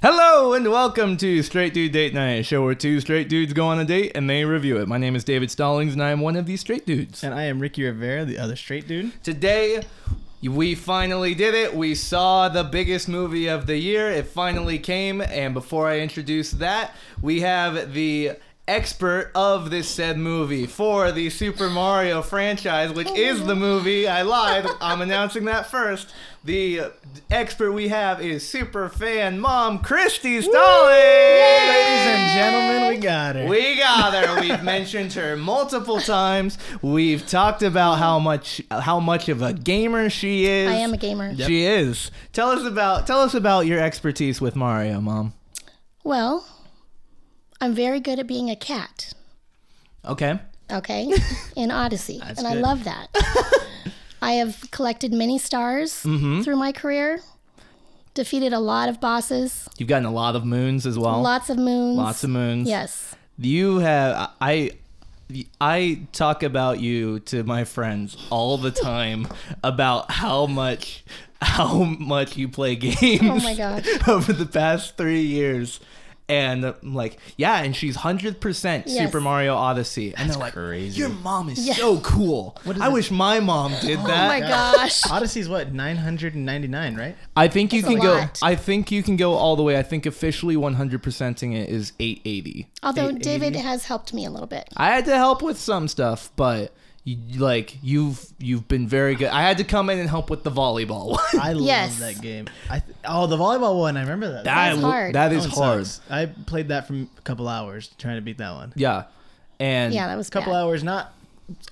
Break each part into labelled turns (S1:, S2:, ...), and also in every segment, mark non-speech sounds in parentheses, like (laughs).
S1: Hello and welcome to Straight Dude Date Night, a show where two straight dudes go on a date and they review it. My name is David Stallings and I am one of these straight dudes.
S2: And I am Ricky Rivera, the other straight dude.
S1: Today, we finally did it. We saw the biggest movie of the year. It finally came. And before I introduce that, we have the expert of this said movie for the Super Mario franchise, which is the movie. I lied. I'm announcing that first. The expert we have is super fan mom Christy Stallings.
S2: Ladies and gentlemen, we got it.
S1: We got her. We've mentioned her multiple times. We've talked about how much how much of a gamer she is.
S3: I am a gamer.
S1: She is. Tell us about tell us about your expertise with Mario, mom.
S3: Well, I'm very good at being a cat,
S1: Okay.
S3: okay?
S1: (laughs)
S3: In Odyssey. and I
S2: good.
S3: love that. I have collected many stars
S1: Mm-hmm.
S3: through my career, defeated a lot of bosses,
S1: You've gotten a lot of moons as well.
S3: lots of moons.
S1: Oh. Lots of moons.
S3: Yes.
S1: You have I I talk about you to my friends all the time about how much how much you play (laughs) games.
S3: Oh my gosh.
S1: over the past three years. And I'm like, yeah, and she's hundred percent
S3: Yes.
S1: Super Mario Odyssey. And they're like,
S2: crazy.
S1: your mom is
S3: Yeah.
S1: so cool. I
S2: it-
S1: wish my mom did
S3: Oh
S1: that.
S3: my gosh.
S1: uh,
S2: Odyssey's what, 999, right?
S1: I think you
S3: That's a
S1: can go.
S3: lot.
S1: I think you can go all the way. I think officially one hundred percenting it is eight eighty.
S3: Although David has helped me a little bit.
S1: I had to help with some stuff, but you, like you've you've been very good. I had to come in and help with the volleyball (laughs) one.
S2: I
S3: Yes.
S2: love that game. I th- oh, the volleyball one. I remember that.
S1: That
S3: is
S1: w-
S3: hard.
S1: That
S2: That
S1: is
S2: one
S1: hard.
S2: sucks. I played that for a couple hours trying to beat that one.
S1: Yeah, and
S3: Yeah, that was
S2: A couple
S3: bad.
S2: hours, not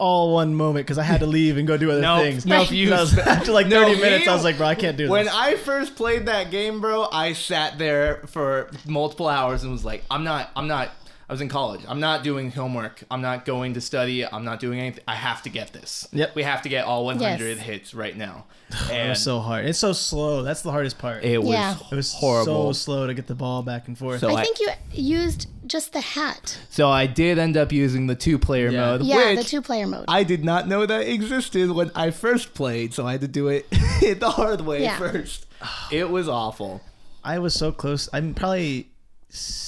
S2: all one moment because I had to leave and go do other
S1: Nope.
S2: things.
S1: Nope, you-
S2: And I was- (laughs) after like
S1: No,
S2: 30 minutes,
S1: you-
S2: I was like, bro, I can't do
S1: When
S2: this.
S1: I first played that game, bro, I sat there for multiple hours and was like, I'm not, I'm not, I was in college. I'm not doing homework. I'm not going to study. I'm not doing anything. I have to get this.
S2: Yep.
S1: We have to get all 100
S3: Yes.
S1: hits right
S2: (sighs)
S1: now.
S2: it
S1: And
S2: was so hard. It's so slow. That's the hardest part.
S1: it was,
S3: Yeah.
S2: It was
S1: horrible.
S2: so slow to get the ball back and forth.
S1: So-
S3: I
S1: I-
S3: think you used just the hat.
S1: So I did end up using the two player
S2: Yeah.
S1: mode,
S3: Yeah, the
S1: which
S3: two player mode.
S1: I did not know that existed when I first played. So I had to do it (laughs) the hard way
S3: Yeah.
S1: first. It was awful.
S2: I was so close. I'm probably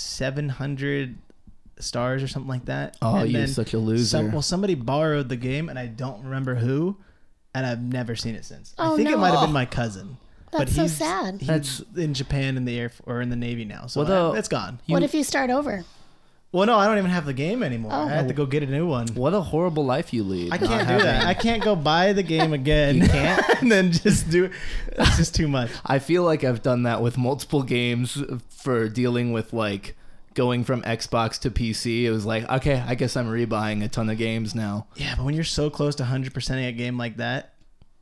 S2: 700 stars or something like that.
S1: Oh,
S2: And
S1: you're
S2: then
S1: such a loser.
S2: some- well, somebody borrowed the game, and I don't remember who, and I've never seen it since.
S3: Oh,
S2: I think
S3: no.
S2: it might have been my cousin. but
S3: That's so
S2: he's-
S3: sad.
S2: He's
S1: That's-
S2: in Japan in the air F- or in the Navy now. So
S1: Well,
S2: I-
S1: though-
S2: it's gone.
S3: what if you start over?
S2: Well, no, I don't even have the game anymore.
S3: Oh.
S2: I had to go get a new one.
S1: What a horrible life you lead.
S2: I can't do that. I can't go buy
S1: (laughs)
S2: the game again. You can't, (laughs) and then just do. That's just too much.
S1: I feel like I've done that with multiple games for dealing with like going from Xbox to PC. It was like, okay, I guess I'm rebuying a ton of games now.
S2: Yeah, but when you're so close to 100%ing a game like that,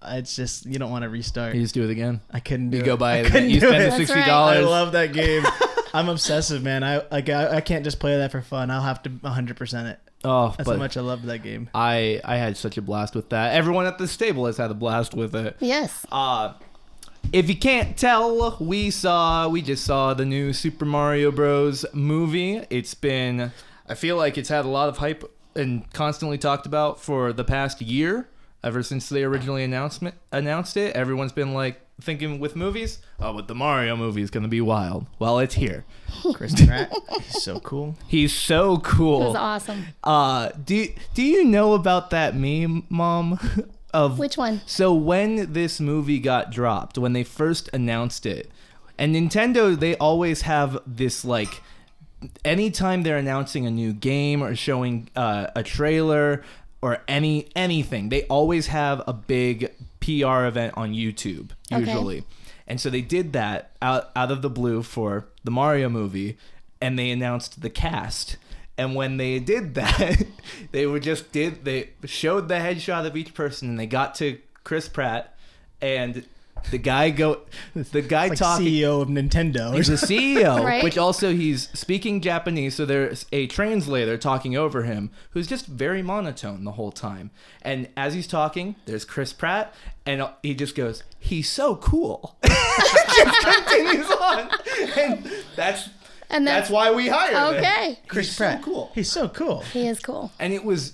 S2: it's just you don't want to restart.
S1: You just do it again.
S2: I couldn't do
S1: You
S2: it.
S1: go buy
S2: I
S1: it.
S2: couldn't
S1: again. You
S2: do
S1: spend the
S2: it.
S3: That's
S1: sixty
S3: right.
S2: I
S1: dollars.
S2: love
S1: (laughs)
S2: that game. I'm obsessive, man. I like I, I can't just play that for fun. I'll have to 100% it.
S1: oh,
S2: That's
S1: but
S2: how much I love that game.
S1: (laughs) I I had such a blast with that. Everyone at this table has had a blast with it.
S3: Yes.
S1: Uh, if you can't tell, we saw we just saw the new Super Mario Bros. movie. It's been I feel like it's had a lot of hype and constantly talked about for the past year. Ever since they originally announcement announced it, everyone's been like thinking with movies, oh, but the Mario movie is gonna be wild. Well, it's here.
S2: Chris Pratt, he's so cool.
S1: He's so cool.
S3: It was awesome.
S1: Uh, do do you know about that meme, Mom? (laughs) Of
S3: Which one?
S1: So when this movie got dropped, when they first announced it, and Nintendo, they always have this like. Anytime they're announcing a new game or showing uh, a trailer or any anything, they always have a big PR event on YouTube
S3: Okay.
S1: usually. And so they did that out out of the blue for the Mario movie, and they announced the cast. And when they did (laughs) that, they were just did they showed the headshot of each person, and they got to Chris Pratt, and the guy go, the guy
S2: Like
S1: talking.
S2: CEO of Nintendo. or
S1: He's the CEO,
S3: E Right.
S1: which also he's speaking Japanese, so there's a translator talking over him who's just very monotone the whole time. And as he's talking, there's Chris Pratt, and he just goes, "He's so cool." (laughs) just continues on, and that's
S3: And
S1: that's,
S3: that's-
S1: why we hired him.
S3: Okay.
S2: Chris
S1: He's so
S2: Pratt,
S1: cool.
S2: He's so cool.
S3: He is cool.
S1: And it was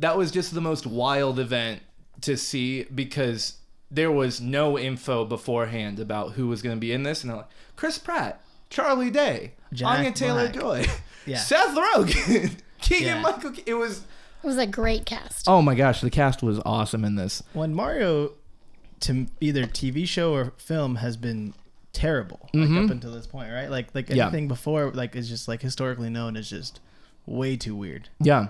S1: that was just the most wild event to see because there was no info beforehand about who was going to be in this, and they're like, "Chris Pratt, Charlie Day,
S2: Jack
S1: Anya Taylor Joy,
S2: (laughs) Yeah.
S1: Seth Rogen, (laughs) Keegan
S2: Yeah.
S1: Michael. It was.
S3: It was a great cast.
S1: Oh my gosh, the cast was awesome in this.
S2: when Mario to either TV show or film has been terrible like up until this point, right? Like like
S1: Mm-hmm. Yeah.
S2: anything before like is just like historically known as just way too weird.
S1: Yeah.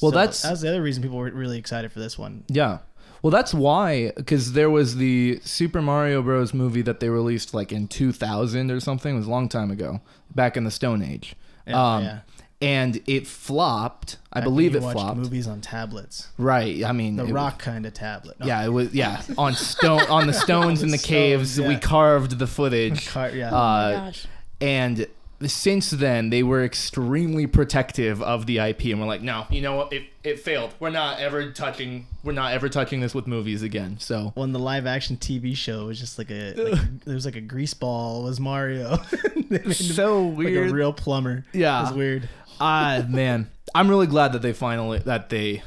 S1: Well,
S2: So
S1: that's
S2: that's the other reason people were really excited for this one.
S1: Yeah. Well, that's why, because there was the Super Mario Bros. movie that they released like in 2000 or something. It was a long time ago, back in the Stone Age.
S2: Yeah,
S1: um,
S2: yeah.
S1: And it flopped. I
S2: Back when
S1: believe
S2: you
S1: it
S2: watched
S1: flopped.
S2: Movies on tablets,
S1: Right. I mean,
S2: the
S1: it-
S2: rock kind of tablet. No,
S1: Yeah, it was. Yeah, on stone, on
S2: (laughs)
S1: the stones in the caves,
S2: stones,
S1: we
S2: yeah.
S1: carved the
S2: (laughs)
S1: footage.
S2: Car- yeah.
S1: Uh,
S3: Gosh.
S1: and since then, they were extremely protective of the IP, and we're like, no, you know what? It, it failed. We're not ever touching. We're not ever touching this with movies again. So
S2: when the live action TV show was just like a like, (laughs) there was like a grease ball was Mario. (laughs) They made him
S1: So
S2: Like
S1: weird.
S2: a real plumber.
S1: Yeah.
S2: it was weird.
S1: (laughs) Ah, man, I'm really glad that they finally that they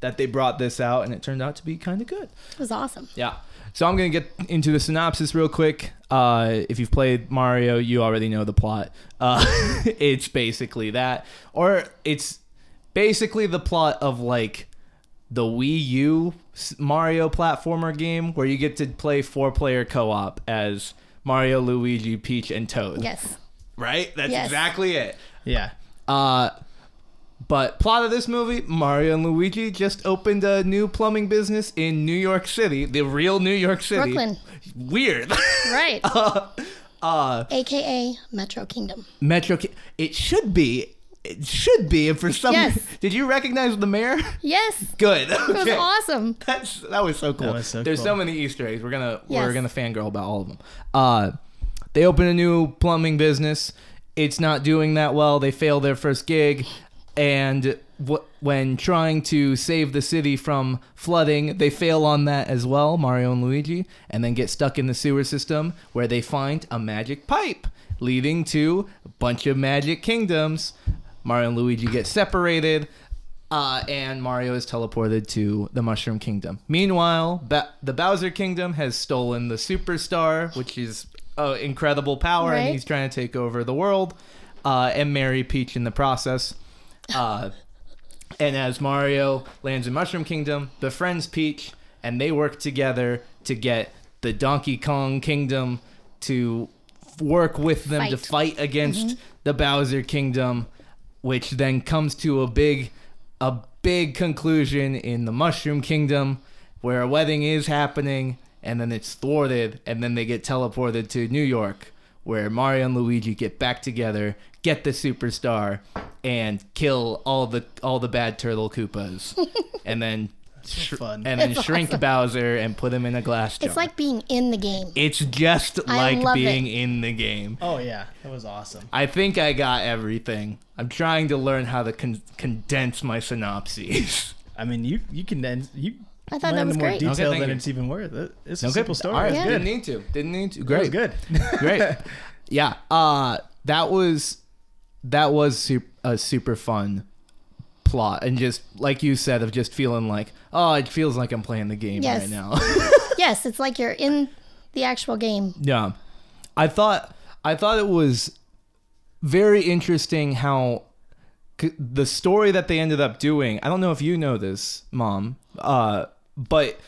S1: that they brought this out, and it turned out to be kind of good.
S3: It was awesome.
S1: Yeah. So I'm gonna get into the synopsis real quick. Uh, if you've played Mario, you already know the plot. Uh, (laughs) it's basically that, or it's basically the plot of like the Wii U s- Mario platformer game where you get to play four-player co-op as Mario, Luigi, Peach, and Toad.
S3: Yes.
S1: Right. That's
S3: Yes.
S1: exactly it.
S2: Yeah,
S1: Uh, but plot of this movie: Mario and Luigi just opened a new plumbing business in New York City, the real New York City.
S3: Brooklyn.
S1: Weird. (laughs)
S3: Right.
S1: uh,
S3: AKA Metro Kingdom.
S1: Metro. Ki- It should be. It should be. And for some,
S3: Yes.
S1: did you recognize the mayor? (laughs)
S3: Yes.
S1: Good.
S3: It was
S1: Okay.
S3: awesome.
S1: (laughs) That's that was so cool.
S2: was so
S1: There's
S2: cool.
S1: so many Easter eggs. We're gonna we're
S3: Yes.
S1: gonna fangirl about all of them. Uh, they open a new plumbing business. It's not doing that well. They fail their first gig, and wh- when trying to save the city from flooding, they fail on that as well. Mario and Luigi, and then get stuck in the sewer system where they find a magic pipe leading to a bunch of magic kingdoms. Mario and Luigi get separated. Uh, and Mario is teleported to the Mushroom Kingdom. Meanwhile, ba- the Bowser Kingdom has stolen the Superstar, which is uh, incredible power, and
S3: Right.
S1: he's trying to take over the world uh, and marry Peach in the process. Uh, (laughs) and as Mario lands in Mushroom Kingdom, befriends Peach, and they work together to get the Donkey Kong Kingdom to f- work with them to fight against
S3: Mm-hmm.
S1: the Bowser Kingdom, which then comes to a big, a big conclusion in the Mushroom Kingdom, where a wedding is happening, and then it's thwarted, and then they get teleported to New York, where Mario and Luigi get back together, get the superstar, and kill all the all the bad turtle Koopas,
S3: (laughs)
S1: and then sh-
S2: fun.
S1: and then shrink Bowser and put him in a glass jar.
S3: It's like being in the game.
S1: it's just
S3: I
S1: like
S3: love
S1: being in the game.
S2: Oh yeah, that was awesome.
S1: I think I got everything. I'm trying to learn how to con- condense my
S2: (laughs)
S1: synopses.
S2: I mean, you you can then you.
S3: I thought that
S2: went into
S3: was
S2: more
S3: great.
S2: detail
S1: Okay, thank
S2: than
S1: you.
S2: it's even worth. It- It's a simple story.
S1: All right,
S2: It's
S1: Didn't
S2: good.
S1: need to. Didn't need to.
S2: It
S1: Great.
S2: was
S1: (laughs)
S2: good. (laughs)
S1: great yeah uh that was that was super, a super fun plot and just like you said of just feeling like oh it feels like i'm playing the game
S3: Yes.
S1: right now
S3: Yes, it's like you're in the actual game.
S1: yeah i thought i thought it was very interesting how c- the story that they ended up doing i don't know if you know this mom uh, but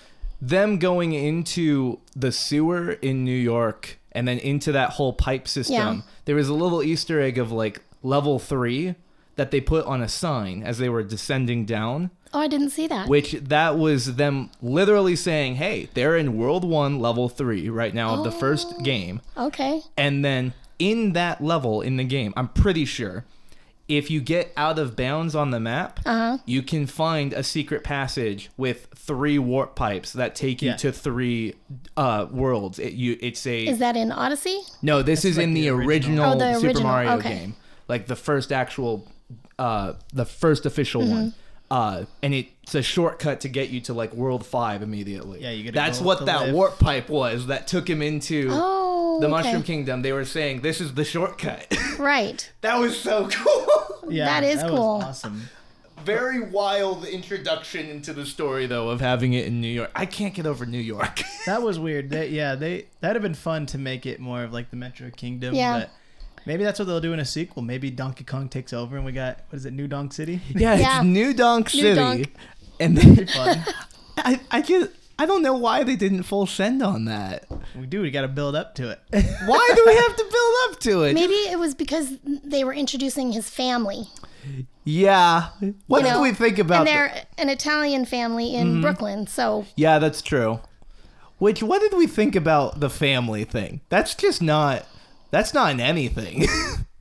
S1: them going into the sewer in new york and then into that whole pipe system
S3: Yeah.
S1: there was a little easter egg of like level three that they put on a sign as they were descending down
S3: Oh, I didn't see that.
S1: which that was them literally saying hey they're in world one level three right now of the first game
S3: Okay.
S1: and then in that level in the game, I'm pretty sure if you get out of bounds on the map,
S3: Uh-huh.
S1: you can find a secret passage with three warp pipes that take you
S2: Yeah.
S1: to three uh, worlds. It, you, it's a
S3: Is that in Odyssey?
S1: no. This is in the,
S2: the
S1: original,
S3: original. Oh, the
S1: Super
S3: original,
S1: Mario
S3: okay.
S1: game, like the first actual, uh, the first official
S3: Mm-hmm.
S1: one. Uh, and it's a shortcut to get you to like world five immediately.
S2: Yeah, you gotta
S1: That's
S2: go
S1: what
S2: up the
S1: that
S2: lift.
S1: warp pipe was that took him into
S3: Oh,
S1: the
S3: okay.
S1: Mushroom Kingdom, they were saying this is the shortcut. (laughs)
S3: Right.
S1: that was so cool.
S2: Yeah,
S3: That is
S2: that
S3: cool.
S2: Was awesome.
S1: Very wild introduction into the story though of having it in New York. I can't get over New York. (laughs)
S2: That was weird. They, yeah, they that'd have been fun to make it more of like the Metro Kingdom.
S3: Yeah.
S2: But Maybe that's what they'll do in a sequel. Maybe Donkey Kong takes over, and we got what is it, New Donk City?
S1: (laughs) Yeah,
S3: Yeah.
S1: it's New Donk
S3: New
S1: City.
S3: Donk.
S1: And then, (laughs)
S2: (laughs) Fun.
S1: I, I just I don't know why they didn't full send on that.
S2: we do. We got to build up to
S1: (laughs)
S2: it.
S1: Why do we have to build up to it?
S3: Maybe it was because they were introducing his family.
S1: Yeah. What
S3: You know,
S1: do we think about Mm-hmm.
S3: and
S1: that?
S3: they're an Italian family in Brooklyn, so
S1: Yeah, that's true. Which what did we think about the family thing? That's just not that's not in anything. (laughs)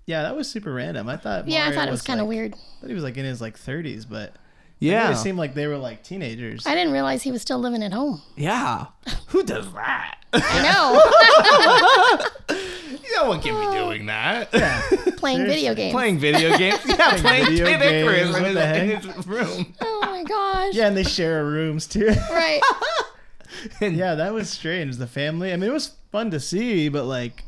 S2: Yeah, that was super random. I thought.
S3: yeah, I
S2: Mario
S3: thought it was kind of
S2: like-
S3: weird.
S2: I thought he was like in his like 30s, but it
S1: yeah.
S2: seemed like they were like teenagers.
S3: I didn't realize he was still living at home.
S1: Yeah. (laughs) Who does that? (laughs)
S3: I know,
S1: no one can be doing that.
S3: playing video games.
S1: playing video games. Yeah, playing
S2: video
S1: Kid Icarus
S2: games,
S1: in
S2: what
S1: his,
S2: the
S1: in his room.
S3: Oh my gosh!
S2: Yeah, and they share rooms
S3: (laughs)
S2: too.
S1: (laughs)
S3: Right.
S2: yeah, that was strange. The family. I mean, it was fun to see, but like,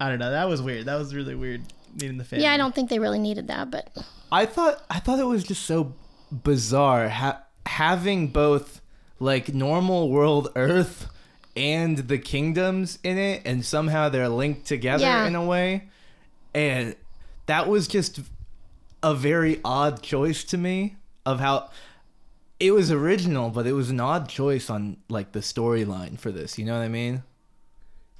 S2: I don't know. That was weird. That was really weird. Meeting the family.
S3: Yeah, I don't think they really needed that, but
S1: I thought I thought it was just so bizarre ha- having both like normal world Earth and the kingdoms in it, and somehow they're linked together
S3: Yeah.
S1: in a way, and that was just a very odd choice to me of how it was original, but it was an odd choice on like the storyline for this. You know what I mean?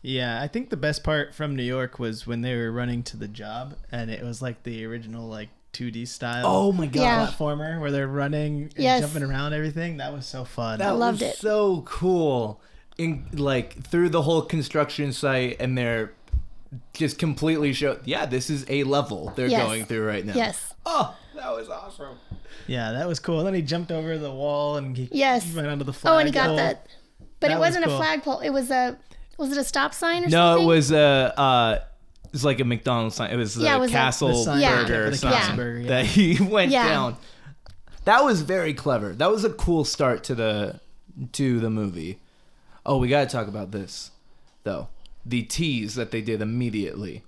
S2: Yeah, I think the best part from New York was when they were running to the job, and it was like the original like 2D style.
S1: Oh my god,
S3: Yeah.
S2: Platformer where they're running and
S3: Yes.
S2: jumping around everything. That was so fun.
S1: That
S3: loved
S1: was
S3: it.
S1: So cool. In like through the whole construction site, and they're just completely show. Yeah, this is a level they're
S3: Yes.
S1: going through right now.
S3: yes,
S1: Oh, that was awesome.
S2: yeah, that was cool. Then he jumped over the wall and he
S3: yes.
S2: went onto the flag.
S3: Oh, and he got that, but
S2: That
S3: it
S2: was
S3: wasn't
S2: cool.
S3: a flagpole. It was a was it a stop sign or
S1: No,
S3: something?
S1: it was a. Uh, uh, it's like a McDonald's sign. It was the
S3: Yeah, it was a-
S1: Castle
S2: The sign
S3: Yeah.
S1: Burger
S2: for the
S1: sign
S2: Castle Burger, yeah.
S1: that he (laughs) went
S3: Yeah.
S1: down. That was very clever. That was a cool start to the to the movie. Oh, we got to talk about this though. The tease that they did immediately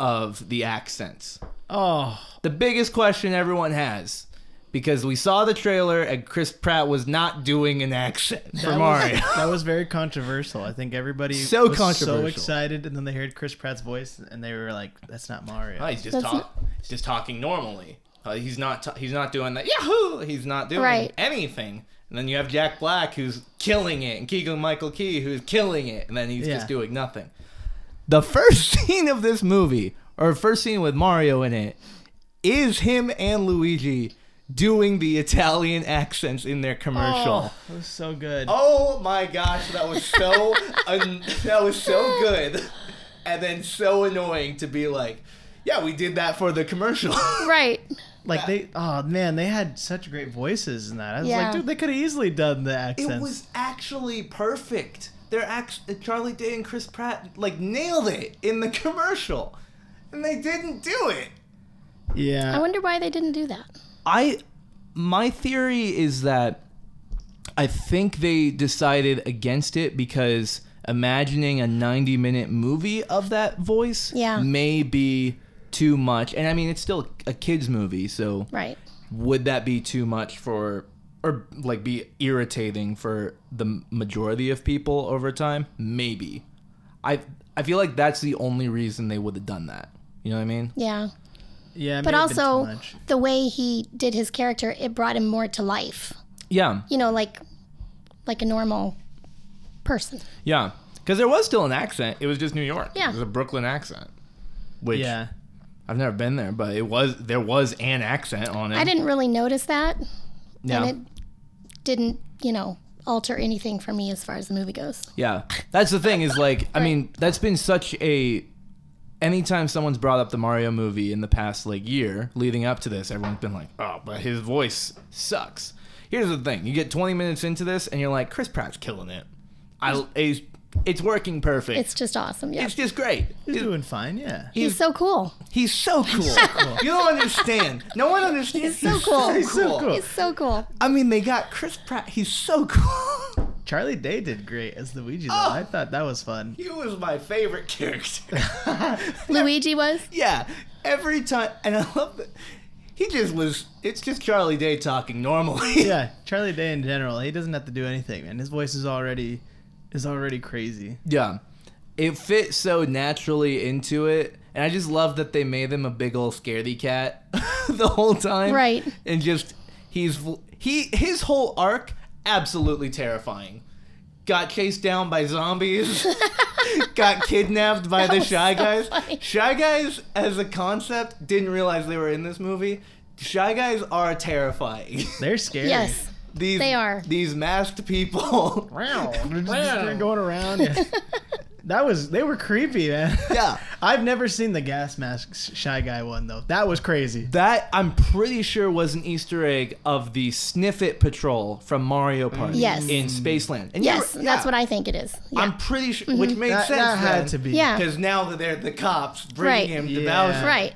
S1: of the accents.
S2: Oh,
S1: The biggest question everyone has because we saw the trailer and Chris Pratt was not doing an accent for
S2: that
S1: Mario.
S2: (laughs) Was, that was very controversial. I think everybody
S1: So
S2: was
S1: controversial.
S2: so excited, and then they heard Chris Pratt's voice, and they were like, "That's not Mario."
S1: Oh, he's just
S3: That's
S1: talk, he's just talking normally. Uh, he's not ta- he's not doing that. Yahoo! He's not doing
S3: Right.
S1: anything. And then you have Jack Black who's killing it, and Keegan Michael Key who's killing it, and then he's
S2: Yeah.
S1: just doing nothing. The first (laughs) scene of this movie, or first scene with Mario in it, is him and Luigi doing the Italian accents in their commercial.
S2: Oh, that was so good.
S1: Oh my gosh, that was so un- that was so good, and then so annoying to be like, yeah, we did that for the commercial. (laughs)
S3: right.
S2: Like they, oh man, they had such great voices in that. I was
S3: Yeah.
S2: like, dude, they could have easily done the accents.
S1: it was actually perfect. Their act- Charlie Day and Chris Pratt like nailed it in the commercial, and they didn't do it.
S2: yeah,
S3: I wonder why they didn't do that.
S1: I my theory is that I think they decided against it because imagining a 90 minute movie of that voice
S3: Yeah.
S1: may be too much. And I mean it's still a kids movie, so
S3: Right.
S1: would that be too much for or like be irritating for the majority of people over time? Maybe. I I feel like that's the only reason they would have done that. You know what I mean?
S3: Yeah.
S2: yeah, it
S3: But
S2: may have been too
S3: also
S2: much.
S3: the way he did his character, it brought him more to life.
S1: Yeah.
S3: You know, like like a normal person.
S1: Yeah, because there was still an accent. It was just New York.
S3: Yeah.
S1: it was a Brooklyn accent. Which
S2: yeah,
S1: I've never been there, but it was there was an accent on it.
S3: I didn't really notice that,
S1: Yeah,
S3: and it didn't, you know, alter anything for me as far as the movie goes.
S1: yeah. That's the thing is like I mean that's been such a. Anytime someone's brought up the Mario movie in the past like year leading up to this, everyone's been like, "Oh, but his voice sucks." Here's the thing: you get 20 minutes into this, and you're like, "Chris Pratt's killing it. I, it's, it's working perfect.
S3: It's
S1: It's,
S3: just awesome. Yeah.
S1: just great.
S2: he's doing fine. Yeah,
S3: He's so cool.
S1: He's so cool. You don't understand. No one understands.
S3: He's so cool.
S2: he's so
S1: Oh.
S2: cool.
S3: He's so cool.
S1: I mean, they got Chris Pratt. He's so cool.
S2: Charlie Day did great as Luigi. Though.
S1: Oh.
S2: I thought that was fun.
S1: He was my favorite character.
S3: Luigi was.
S1: yeah, every time, and I love that. He just was. It's just Charlie Day talking normally.
S2: Yeah, Charlie Day in general, he doesn't have to do anything, man. His voice is already is already crazy.
S1: yeah. It fit so naturally into it, And I just love that they made him a big old scaredy cat (laughs) the whole time.
S3: Right.
S1: And just he's he his whole arc absolutely terrifying. Got chased down by
S3: (laughs)
S1: zombies. got kidnapped by
S3: That
S1: the
S3: was
S1: shy
S3: so
S1: guys.
S3: funny.
S1: Shy guys as a concept didn't realize they were in this movie. Shy guys are terrifying.
S2: They're scary.
S3: Yes.
S1: these
S3: They are.
S1: these masked people. (laughs)
S2: Wow. (laughs) They're just- they're going around.
S3: (laughs)
S2: that was they were creepy, man.
S1: Yeah.
S2: (laughs) I've never seen the gas mask s- shy guy one though. That was crazy.
S1: That I'm pretty sure was an Easter egg of the Sniffit Patrol from Mario Party
S3: Mm. Yes.
S1: in Spaceland. And
S3: Yes,
S1: you're-
S3: that's
S1: yeah,
S3: what I think it is. Yeah. Mm-hmm.
S1: I'm pretty sure, which made
S2: That,
S1: sense.
S2: that had to be.
S3: Yeah.
S1: Because now that they're the cops bringing
S3: Right.
S1: him to
S2: Yeah.
S1: Bowser,
S3: right.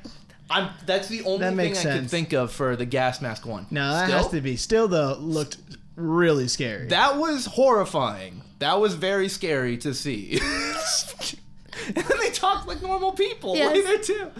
S1: I'm, that's the only
S2: That
S1: thing
S2: makes
S1: I could
S2: sense.
S1: think of for the gas mask one.
S2: No, that
S1: Still,
S2: has to be. Still though, looked really scary.
S1: That was horrifying. That was very scary to see. (laughs) and they talk like normal people (laughs)
S3: Yes.
S1: later too.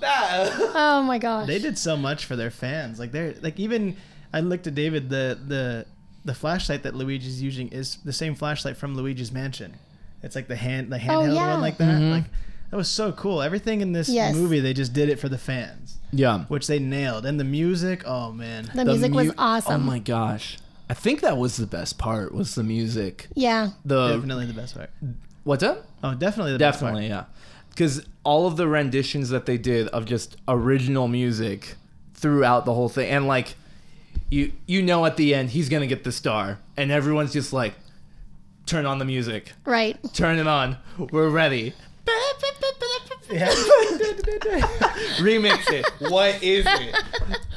S1: That
S3: Oh my gosh.
S2: they did so much for their fans. Like they're like even I looked at David the the the flashlight that Luigi's using is the same flashlight from Luigi's Mansion. It's like the hand the handheld
S3: Oh, yeah.
S2: one like that.
S1: Mm-hmm.
S2: Like that was so cool. Everything in this
S3: Yes.
S2: movie they just did it for the fans,
S1: yeah.
S2: which they nailed. And the music, oh man.
S3: the, music was awesome.
S1: Oh my gosh. I think that was the best part was the music.
S3: yeah.
S1: The
S2: definitely the best part.
S1: what's up?
S2: Oh, definitely the best part.
S1: Definitely, yeah. Because all of the renditions that they did of just original music throughout the whole thing, and like, you you know at the end he's gonna get the star, and everyone's just like, turn on the music,
S3: Right.
S1: turn it on, we're ready. Remix it. What is it?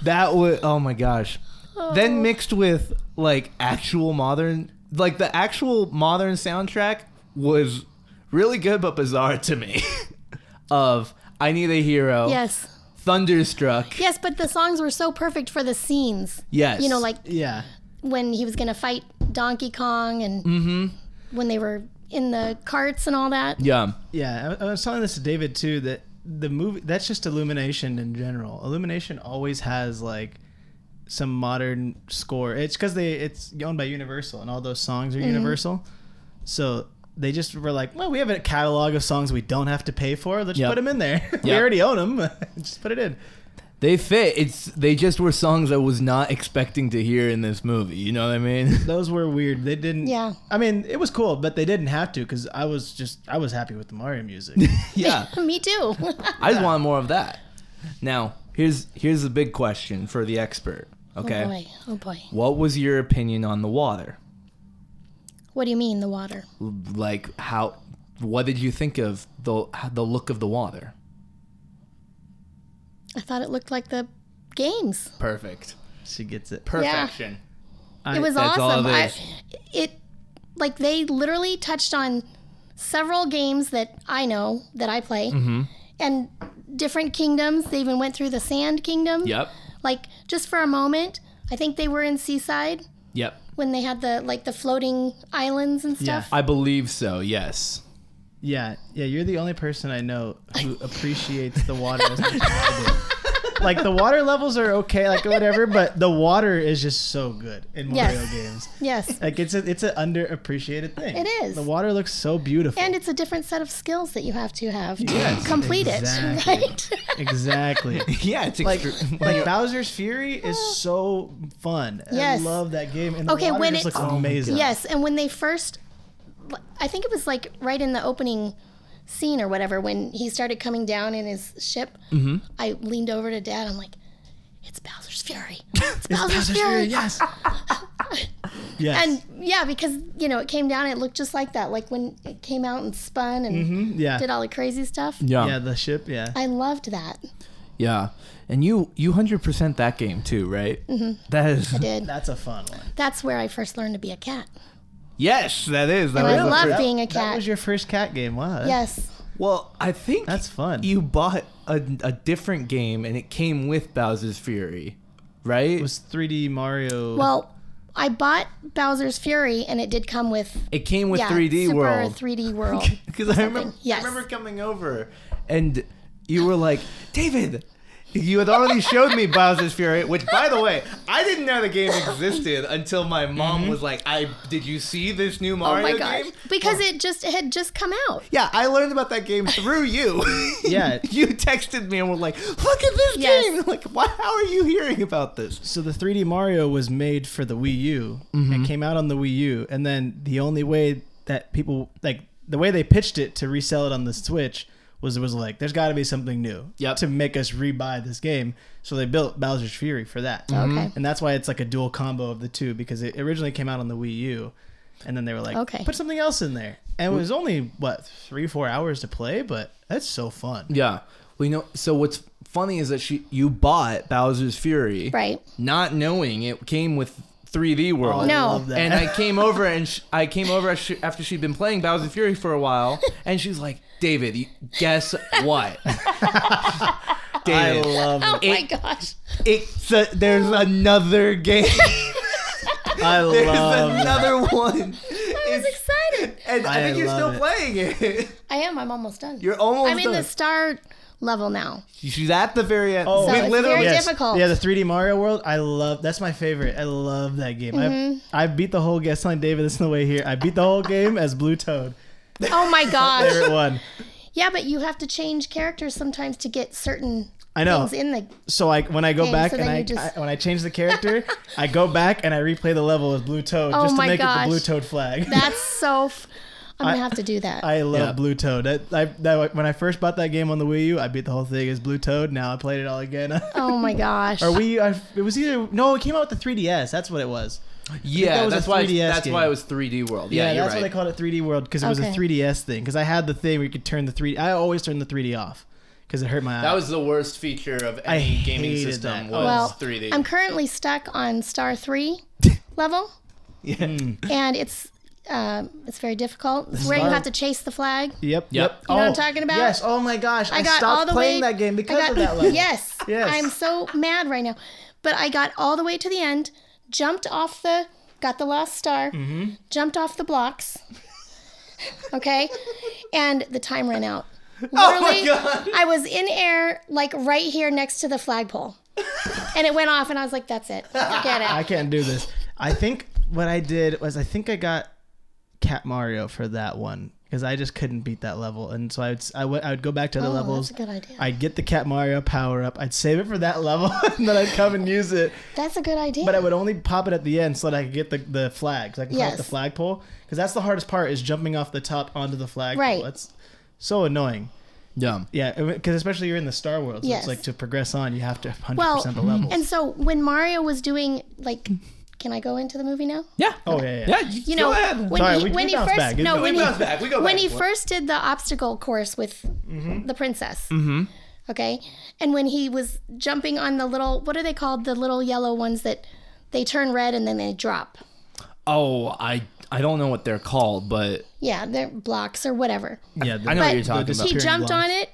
S1: That would. Oh my gosh.
S3: Oh.
S1: Then mixed with like actual modern, like the actual modern soundtrack was really good but bizarre to me. (laughs) of I need a hero.
S3: Yes.
S1: Thunderstruck.
S3: Yes, but the songs were so perfect for the scenes.
S1: Yes.
S3: You know, like
S2: (laughs) Yeah.
S3: when he was going to fight Donkey Kong and
S1: Mm-hmm.
S3: when they were in the carts and all that.
S1: Yeah.
S2: Yeah, I, I was telling this to David too that the movie that's just Illumination in general. Illumination always has like some modern score. It's because they it's owned by Universal and all those songs are Universal, so they just were like, well, we have a catalog of songs we don't have to pay for. Let's
S1: Yep.
S2: put them in there. (laughs) we
S1: Yep.
S2: already own them. just put it in.
S1: They fit. It's they just were songs I was not expecting to hear in this movie. You know what I mean? (laughs)
S2: Those were weird. They didn't.
S3: Yeah.
S2: I mean, it was cool, but they didn't have to because I was just I was happy with the Mario music.
S1: (laughs) yeah.
S3: (laughs) Me too.
S1: I just want more of that. Now, here's here's the big question for the expert. Okay.
S3: Oh boy. Oh boy.
S1: What was your opinion on the water?
S3: What do you mean, the water?
S1: L- Like how what did you think of the the look of the water?
S3: I thought it looked like the games.
S1: Perfect.
S2: she gets it.
S1: Perfection.
S2: I-
S3: it was
S1: That's all
S3: awesome.
S1: it
S3: I,
S1: is.
S3: it like they literally touched on several games that I know that I play, and different kingdoms. They even went through the Sand Kingdom.
S1: Yep.
S3: Like just for a moment, I think they were in Seaside
S1: Yep.
S3: when they had the like the floating islands and stuff.
S1: I believe so. Yes.
S2: Yeah, yeah, you're the only person I know who
S3: (laughs)
S2: appreciates the water as much as I do. Like the water levels are okay, like whatever, but the water is just so good in Mario
S3: Yes.
S2: games.
S3: Yes.
S2: Like it's a, it's an underappreciated thing.
S3: It is.
S2: The water looks so beautiful.
S3: And it's a different set of skills that you have to have to
S2: Yes,
S3: complete
S2: exactly.
S3: it, (laughs) right? (laughs)
S2: exactly.
S1: Yeah, it's (laughs)
S2: Like,
S1: extre-
S2: like Bowser's Fury is so fun.
S3: Oh. Yes.
S2: I love that game. And the
S3: Okay,
S2: water
S3: when
S2: just
S3: it-
S2: looks
S3: Oh my
S2: amazing.
S3: Yes, and when they first, I think it was like right in the opening scene or whatever when he started coming down in his ship. I leaned over to Dad. I'm like, "It's Bowser's Fury! It's Bowser's,
S2: Bowser's
S3: Fury!"
S2: Fury,
S3: (laughs)
S2: yes. yes.
S3: And yeah, because you know it came down, it looked just like that, like when it came out and spun and
S2: yeah.
S3: did all the crazy stuff.
S2: Mm-hmm. yeah, the ship, yeah.
S3: I loved that.
S1: Yeah. And you you 100% that game too, right? Mm-hmm. is
S2: (laughs)
S3: Did
S2: That's a fun one.
S3: that's where I first learned to be a cat.
S1: Yes, that is. That
S3: And I
S1: was the
S3: love
S1: first-
S3: being a
S2: That
S3: cat.
S2: was your first cat game. Wow. that's-
S3: yes,
S1: Well, I think
S2: That's fun.
S1: You bought a, a different game and it came with Bowser's Fury, right?
S2: It was 3D Mario.
S3: well. I bought Bowser's Fury and it did come with
S1: it came with
S3: yeah,
S1: 3D
S3: Super
S1: World. (laughs)
S3: 3D World.
S1: Because I remember,
S3: Yes.
S1: I remember coming over and you were like, David, You had already showed me Bowser's Fury, which, by the way, I didn't know the game existed until my mom was like, "I did you see this new
S3: Oh
S1: Mario
S3: my gosh.
S1: game?"
S3: Because it just it had just come out.
S1: Yeah, I learned about that game through (laughs) you.
S2: Yeah.
S1: you texted me and were like, "Look at this
S3: Yes.
S1: game!" (laughs) Like, why? How are you hearing about this?
S2: So the 3D Mario was made for the Wii U.
S1: Mm-hmm.
S2: It came out on the Wii U, and then the only way that people like the way they pitched it to resell it on the Switch was it was like there's got to be something new
S1: Yep.
S2: to make us rebuy this game. So they built Bowser's Fury for that.
S1: Mm-hmm.
S3: Okay.
S2: And that's why it's like a dual combo of the two because it originally came out on the Wii U, and then they were like,
S3: Okay.
S2: put something else in there. And it was only what three four hours to play, but that's so fun.
S1: Yeah, we know. So what's funny is that she you bought Bowser's Fury,
S3: Right.
S1: Not knowing it came with 3D World.
S2: I
S3: No.
S2: love that.
S1: And
S2: (laughs)
S1: I came over and sh- I came over as she- after she'd been playing Bowser Fury for a while, and she's like, "David, you- guess
S2: (laughs)
S1: what?"
S2: I
S1: David,
S2: love
S3: Oh
S2: it.
S3: my gosh. (laughs)
S1: it's a, there's another game.
S2: (laughs) I
S1: (laughs) there's
S2: love it.
S1: another one.
S3: I was
S1: It's-
S3: excited.
S1: and I,
S2: I
S1: think you're
S2: love
S1: still
S2: it.
S1: playing it.
S3: (laughs)
S1: (laughs)
S3: I am. I'm almost done.
S1: You're almost
S3: I'm in
S1: done.
S3: the star level now.
S1: She's at the very end.
S2: Oh. So
S1: we
S2: it's
S1: literally.
S3: very
S2: Yes.
S3: difficult.
S2: Yeah, the 3D Mario World. I love. That's my favorite. I love that game.
S3: Mm-hmm.
S2: I I beat the whole game. I was telling David this on the way here. I beat the whole game as Blue Toad.
S3: (laughs) Oh my gosh.
S2: Favorite one.
S3: (laughs) Yeah, but you have to change characters sometimes to get certain
S2: I know.
S3: things in the.
S2: So I when I go
S3: Okay,
S2: back
S3: so
S2: and
S3: then
S2: I,
S3: you just-
S2: I- when I change the character, I go back and I replay the level as Blue Toad
S3: Oh
S2: just to
S3: my
S2: make it
S3: gosh.
S2: the Blue Toad flag.
S3: That's so. F- I'm gonna
S2: I-
S3: have to do
S2: (laughs)
S3: that.
S2: I love
S1: Yeah.
S2: Blue Toad. That, I, that when I first bought that game on the Wii U, I beat the whole thing as Blue Toad. Now I played it all again. (laughs)
S3: oh (laughs) my gosh.
S2: Or we, I, it was either no, it came out with the 3DS. That's what it was.
S1: Yeah,
S2: that was a
S1: that's why.
S2: 3DS
S1: That's
S2: game.
S1: why it was 3D World. Yeah,
S2: Yeah,
S1: you're
S2: that's why they
S1: right.
S2: called it 3D World because it was a
S3: Okay.
S2: 3DS thing. Because I had the thing where you could turn the 3D. I always turned the 3D off because it hurt my eye.
S1: that was the worst feature of
S2: I
S1: any gaming
S2: hated
S1: system
S2: that.
S1: was
S3: well,
S1: 3D.
S3: I'm currently stuck on star (laughs) three level,
S2: (laughs)
S1: (laughs)
S2: Mm.
S3: and it's um, it's very difficult. It's where you
S2: Star-
S3: have to chase the flag.
S2: Yep.
S1: Yep.
S3: You know what I'm
S2: Oh,
S3: talking about?
S2: Yes. Oh my gosh. I,
S3: I got
S2: stopped
S3: all the
S2: playing
S3: way.
S2: that game because
S3: I got-
S2: of
S3: (laughs)
S2: that level.
S3: Yes,
S2: Yes.
S3: I'm so mad right now, but I got all the way to the end, jumped off the, got the lost star,
S2: Mm-hmm.
S3: jumped off the blocks. Okay, and the time
S2: (laughs)
S3: ran out.
S2: Oh
S3: Literally,
S1: God.
S3: I was in air like right here next to the flagpole,
S2: (laughs)
S3: and it went off, and I was like, "That's it, forget
S2: I
S3: it."
S2: can't do this. I think what I did was I think I got Cat Mario for that one because I just couldn't beat that level, and so I would s- I would, I would go back to other
S3: Oh, that's
S2: levels.
S3: a good idea.
S2: I'd get the Cat Mario power up. I'd save it for that level, (laughs) and then I'd come and use it.
S3: That's a good idea.
S2: But I would only pop it at the end so that I could get the, the flag. So I can call it
S3: Yes.
S2: the flagpole. Because that's the hardest part is jumping off the top onto the flagpole.
S3: Right.
S2: That's so annoying.
S1: Dumb.
S2: Yeah, because especially you're in the Star World. So
S3: Yes.
S2: it's like to progress on, you have to 100%
S3: well,
S2: the level.
S3: and so when Mario was doing like, can I go into the movie now?
S1: Yeah.
S2: Oh, yeah, yeah.
S1: you,
S3: You know,
S1: go ahead.
S3: when
S2: Sorry,
S3: he
S2: we- we
S3: when he
S2: bounce
S3: first
S2: back. It's
S3: no
S2: okay.
S3: when
S1: we
S3: he
S1: bounce back. We go back.
S3: when he
S1: and forth.
S3: first did the obstacle course with
S1: Mm-hmm.
S3: the princess. Okay, and when he was jumping on the little what are they called? The little yellow ones that they turn red and then they drop.
S1: oh, I I don't know what they're called, but
S3: Yeah, they're blocks or whatever.
S2: yeah, the,
S1: I know what
S3: But
S1: you're talking
S2: the
S1: about.
S3: He
S2: Appearing
S3: jumped
S2: blocks.
S3: on it,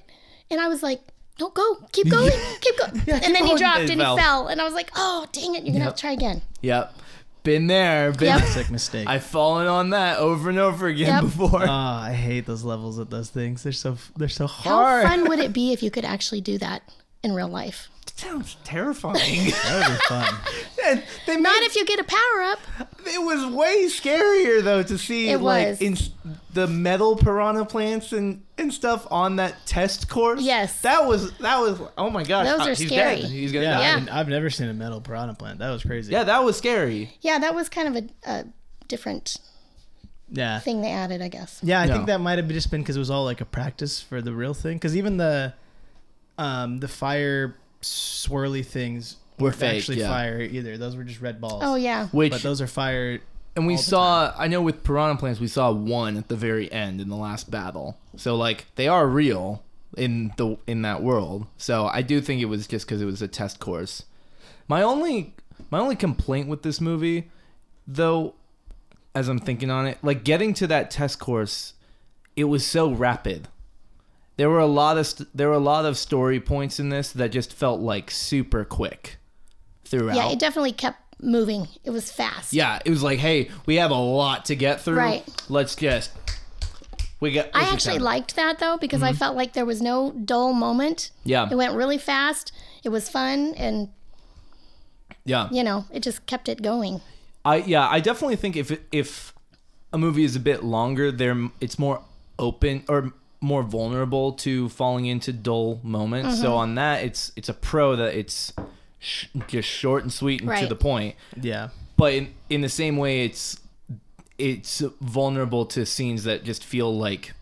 S3: and I was like. No, go,
S1: (laughs)
S3: keep going, keep going. and then he
S1: going.
S3: dropped
S1: It
S3: and
S1: fell.
S3: he fell. And I was like, oh, dang it, you're going to have to try again.
S1: Yep. Been there. Been
S3: Yep.
S2: sick mistake.
S1: (laughs)
S2: I,
S1: I've fallen on that over and over again
S3: Yep.
S1: before.
S2: I hate those levels at those things. They're so they're so
S3: How
S2: hard.
S3: fun would
S1: (laughs)
S3: it be if you could actually do that in real life?
S1: That sounds terrifying. (laughs)
S2: that would be fun.
S1: And they
S3: Not
S1: made,
S3: if you get a power up.
S1: it was way scarier though to see
S3: It
S1: like
S3: was.
S1: in the metal piranha plants and and stuff on that test course.
S3: Yes.
S1: That was that was oh my gosh.
S3: Those
S1: Ah,
S3: are
S1: he's
S3: scary.
S1: Dead. He's gonna
S2: Yeah,
S1: die.
S3: Yeah.
S2: I, have never seen a metal piranha plant. That was crazy.
S1: Yeah, that was scary.
S3: Yeah, that was kind of a, a different
S2: yeah.
S3: thing they added, I guess.
S2: Yeah, I
S1: No.
S2: think that might have just been because it was all like a practice for the real thing. Because even the, um, the fire swirly things
S1: Were
S2: weren't
S1: fake,
S2: actually
S1: yeah.
S2: fire either. Those were just red balls.
S3: Oh yeah.
S2: but
S1: Which
S2: those are fire.
S1: and we
S2: all the
S1: saw I know with piranha plants we saw one at the very end in the last battle. So like they are real in the in that world. So I do think it was just cuz it was a test course. My only my only complaint with this movie though as I'm thinking on it, like getting to that test course, it was so rapid. There were a lot of st- there were a lot of story points in this that just felt like super quick throughout.
S3: Yeah, it definitely kept moving. It was fast.
S1: Yeah, it was like, hey, we have a lot to get through.
S3: Right.
S1: Let's just we got. let's
S3: I
S1: just
S3: actually
S1: have-
S3: liked that though because I felt like there was no dull moment.
S1: Mm-hmm. Yeah.
S3: It went really fast it was fun and
S1: Yeah.
S3: you know it just kept it going.
S1: I yeah, I definitely think if if a movie is a bit longer, there it's more open or more vulnerable to falling into dull moments.
S3: Mm-hmm.
S1: So on that, it's it's a pro that it's sh- just short and sweet and to
S3: Right.
S1: the point.
S2: Yeah.
S1: But in in the same way, it's it's vulnerable to scenes that just feel like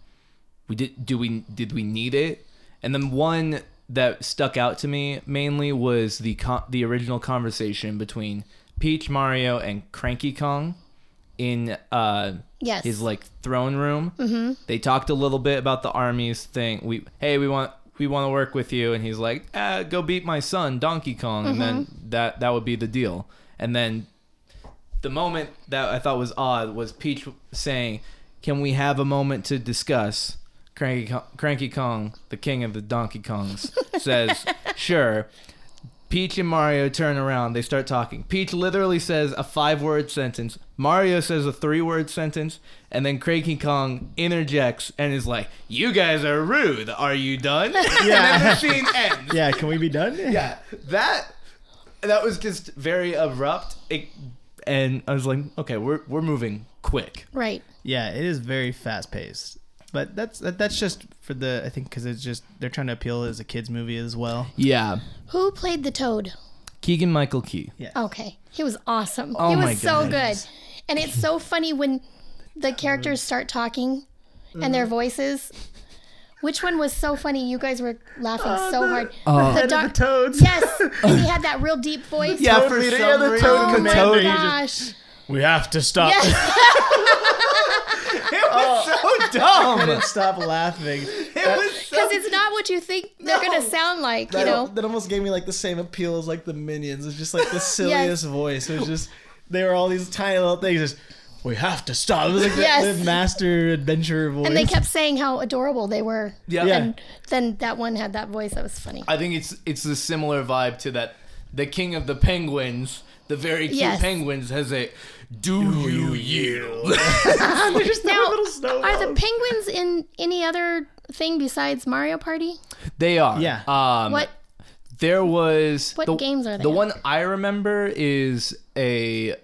S1: we did do we did we need it? And then one that stuck out to me mainly was the con- the original conversation between Peach Mario and Cranky Kong in uh
S3: Yes.
S1: his like throne room. Mm-hmm. They talked a little bit about the armies thing. We hey we want we want to work with you, and he's like, ah, go beat my son Donkey Kong, and then that that would be the deal. And then the moment that I thought was odd was Peach saying, "Can we have a moment to discuss?" Cranky Kong, Cranky Kong, the king of the Donkey Kongs, says, "Sure." Peach and Mario turn around. They start talking. Peach literally says a five-word sentence. Mario says a three-word sentence, and then Cranky Kong interjects and is like, "You guys are rude. Are you done?" (laughs) And then the scene ends
S2: Yeah. Can we be
S1: (laughs)
S2: done?
S1: yeah, that that was just very abrupt. It, and I was like, okay, we're we're moving quick.
S3: Right.
S2: Yeah, it is very fast paced. But that's that, that's just for the I think because it's just they're trying to appeal as a kids movie as well.
S1: Yeah,
S3: Who played the toad?
S1: Keegan Michael Key.
S3: Okay. He was awesome.
S1: Oh
S3: he was
S1: my
S3: so good.
S1: goodness.
S3: And it's so funny when
S1: (laughs)
S3: the characters start talking and their
S1: Mm-hmm.
S3: voices. Which one was so funny? You guys were laughing
S1: Uh,
S3: so hard.
S1: Oh.
S3: the doc-
S1: (laughs)
S2: toads.
S3: yes. And he had that real deep voice.
S1: Yeah, for
S2: Totally,
S1: some
S2: yeah, the
S1: reason,
S2: toad
S3: Oh my
S2: Toad.
S3: gosh.
S2: We have to stop. (laughs)
S3: Yes.
S1: it was (laughs) so dumb.
S2: Couldn't stop laughing.
S1: Oh. It was so.
S3: Because it's not what you think they're going to sound like, you know?
S2: that almost gave me like the same appeal as like the minions. It's just like
S3: (laughs)
S2: the silliest voice. It was just they were all these tiny little things. Just we have to stop. It was like the-
S3: Yes.
S2: the, master adventurer voice.
S3: And they kept saying how adorable they were.
S1: Yeah.
S2: yeah.
S3: Then that one had that voice that was funny.
S1: I think it's it's a similar vibe to that. The King of the Penguins, the very cute
S3: Yes.
S1: penguins, has a do you yield?
S2: They're just
S3: Now,
S2: (laughs) little snowballs.
S3: Are the penguins in any other thing besides Mario Party?
S1: they are.
S2: Yeah.
S1: Um,
S3: What?
S1: There was
S3: What games are they
S1: The
S3: in?
S1: one I remember is a